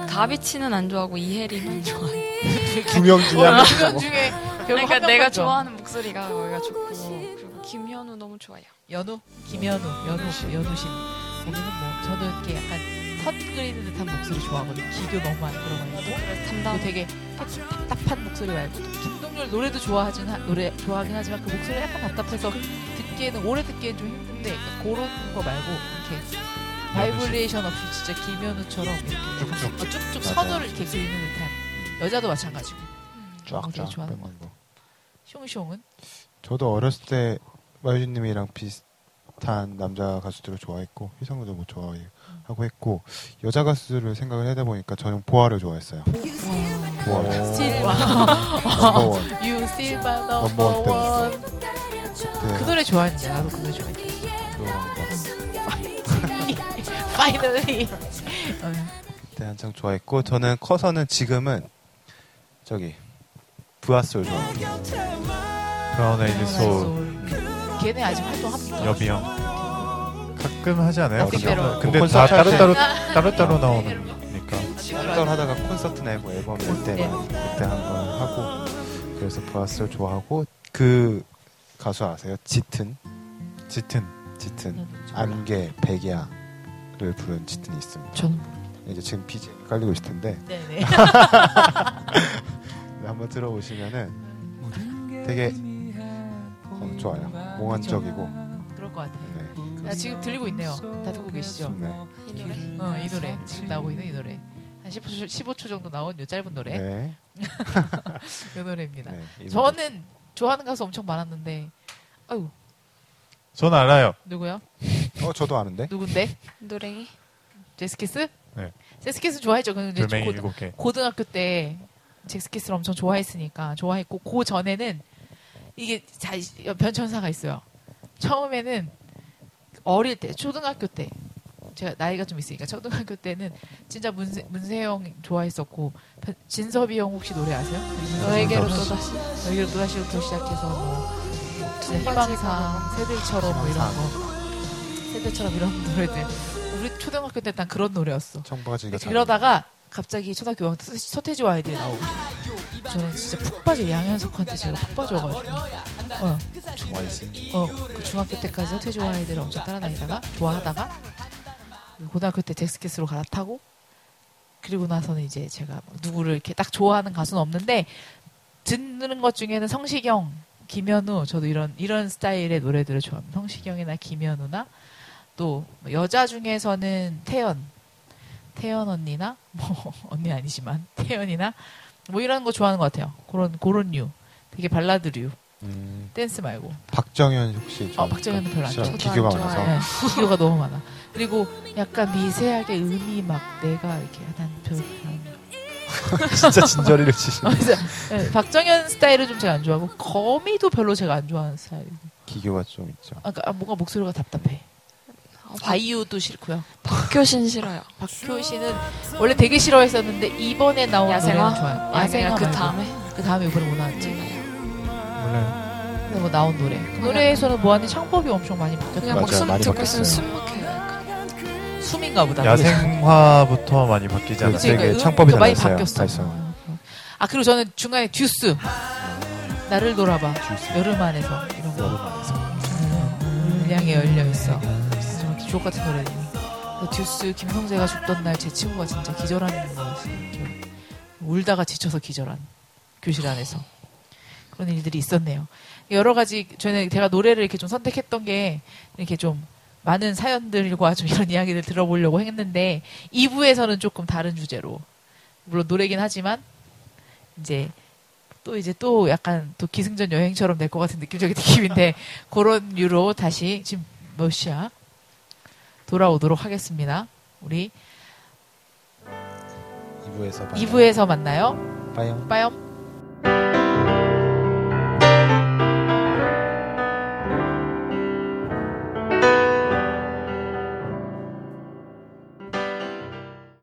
C: 다비치는 안 좋아하고 이혜리는 좋아해.
B: 두명 중에 한 명.
A: 두명 중에 결국
C: 그러니까
A: 한 명만
C: 내가
A: 좋아.
C: 좋아하는 목소리가 거기가 좋고 그리고 김현우 너무 좋아해요.
A: 연우, 김연우, 연우, 연우신. 우리는 뭐 저도 이렇게 약간 선 그리는 듯한 목소리 좋아하거든요. 기교 너무 안 들어가고
C: 담당
A: 또 되게 탁- 답답한 목소리 말고 또 김동률 노래도 좋아하진 하- 노래 좋아하긴 하지만 그 목소리 약간 답답해서 듣기에는 오래 듣기엔 좀 힘든데 그러니까 그런 거 말고 이렇게 바이블레이션 없이 진짜 김연우처럼 이렇게
B: 쭉쭉.
A: 어, 쭉쭉
B: 맞아요.
A: 선호를 이렇게 그리는 듯한 여자도 마찬가지고 되게
B: 쫙쫙
A: 좋아하는
B: 빼먹는 거.
A: 숑숑은
B: 저도 어렸을 때 마유진님이랑 비슷한 남자 가수들을 좋아했고 휘성우도 뭐 좋아하고 했고 여자 가수들을 생각을 하다 보니까 저는 보아를 좋아했어요. 보아. 네,
A: 실바
B: 넘버원. 네,
A: 유 실바
B: 넘버원
A: 넘버
B: 때.
A: 원. 그
B: 그때
A: 노래 좋아했는데 나도 그 노래 좋아했는데
B: 그때
A: 파이널리
B: 한창 좋아했고 저는 커서는 지금은 저기 부하솔 좋아해요.
D: 브라운 아이드 소울
A: 걔네 아직 활동합니까?
D: 여비 형 가끔 하지 않아요?
A: 어떻게
D: 그래서?
A: 배로.
D: 근데
B: 콘서트
D: 다
B: 할 때.
D: 따로따로
A: 아,
D: 따로따로 나오니까
B: 활동 하다가 콘서트 내고 앨범 낼때 그때 한번 하고 그래서 부하솔 좋아하고 그 가수 아세요? 짙은
D: 짙은
B: 짙은 안개 백야를 부른 짙은이 있습니다.
A: 아, 저는 뭐-
B: 이제 지금 비지 깔리고 있을 텐데
A: 네네
B: 한번 들어보시면은 되게 어, 좋아요. 몽환적이고
A: 그럴 것 같아요.
B: 네.
A: 나 지금 들리고 있네요. 다 듣고 계시죠?
B: 네.
C: 이 노래.
A: 어, 이 노래 지금 나오고 있는 이 노래 한 15초, 15초 정도 나온 요 짧은 노래
B: 네.
A: 이 노래입니다.
B: 네. 이 노래.
A: 저는 좋아하는 가수 엄청 많았는데 아유
D: 전 알아요.
A: 누구요?
B: 어 저도 아는데
A: 누군데?
C: 노랭이
A: 제스키스?
D: 네.
A: 제스키스 좋아했죠. 근데
D: 별명이
A: 고,
D: 일곱 개.
A: 고등학교 때 잭스키스를 엄청 좋아했으니까 좋아했고 그 전에는 이게 자, 변천사가 있어요. 처음에는 어릴 때 초등학교 때 제가 나이가 좀 있으니까 초등학교 때는 진짜 문세, 문세영 좋아했었고 변- 진섭이 형 혹시 노래 아세요?
C: 너에게로
D: 없어.
C: 또다시
A: 너에게로 또다시부터 시작해서 뭐 진짜 희망상 새들처럼 뭐 이런 거 새들처럼 이런 노래들 우리 초등학교 때 딱 그런 노래였어.
B: 청바지가 잘
A: 그러다가 갑자기 초등학교 5학년 때 서- 서태지와 아이들이 나오고 저는 진짜 푹 빠져 양현석한테 제가 푹 빠져가지고 어,
B: 좋아했어요.
A: 어, 그 중학교 때까지 서태지와 아이들을 엄청 따라다니다가 좋아하다가 고등학교 때 잭스키스로 갈아타고 그리고 나서는 이제 제가 뭐 누구를 이렇게 딱 좋아하는 가수는 없는데 듣는 것 중에는 성시경, 김현우 저도 이런 이런 스타일의 노래들을 좋아합니다. 성시경이나 김현우나 또뭐 여자 중에서는 태연, 태연 언니나 뭐 언니 아니지만 태연이나 뭐 이런 거 좋아하는 것 같아요. 그런 그런 류 되게 발라드류
B: 음,
A: 댄스 말고
B: 박정현 혹시
A: 어, 박정현은 별로 안
B: 싫어요.
A: 좋아해요.
B: 기교가
C: 저도 안
B: 많아서
A: 네, 기교가 너무 많아. 그리고 약간 미세하게 음이 막 내가 이렇게 난 별, 난
D: 진짜 진저리를 치시네.
A: 그래서, 네, 박정현 스타일을 좀 제가 안 좋아하고 거미도 별로 제가 안 좋아하는 스타일이고
B: 기교가 좀 있죠.
A: 아까 아, 뭔가 목소리가 답답해
C: 어,
A: 바이유도 싫고요
C: 박효신 싫어요.
A: 박효 씨는 원래 되게 싫어했었는데 이번에 나온
C: 야생화?
A: 노래는 좋아요
C: 야생아 그
A: 말고.
C: 다음에
A: 그 다음에 이번에 뭐 나왔지
C: 그냥
B: 원래
A: 근데 뭐 나온 노래 그 노래에서는 모하니 창법이 엄청 많이 바뀌었어요
C: 그냥 막
B: 맞아요,
C: 숨
B: 많이
C: 듣고 있으면
B: 바뀌었어요.
C: 숨 막혀요.
A: 뭐 숨인가 보다
D: 야생화부터 많이 바뀌잖아요.
A: 그치,
B: 되게
A: 음,
B: 네, 창법이
A: 그 많이
B: 달랐어요,
A: 바뀌었어.
B: 발성은.
A: 아 그리고 저는 중간에 듀스 나를 돌아봐 여름 안에서 이런 거 네. 열량에 열려 있어 정말 기적 같은 노래 그 듀스 김성재가 죽던 날 제 친구가 진짜 기절하는 거였어요 이렇게 울다가 지쳐서 기절한 교실 안에서 그런 일들이 있었네요 여러 가지 저는 제가 노래를 이렇게 좀 선택했던 게 이렇게 좀 많은 사연들과 좀 이런 이야기를 들어보려고 했는데 2부에서는 조금 다른 주제로 물론 노래긴 하지만 이제 또 이제 또 약간 또 기승전 여행처럼 될 것 같은 느낌적인 느낌인데 그런 이유로 다시 지금 몇 시야 돌아오도록 하겠습니다. 우리
B: 2부에서
A: 2부에서 만나요.
B: 빠염.
A: 빠염.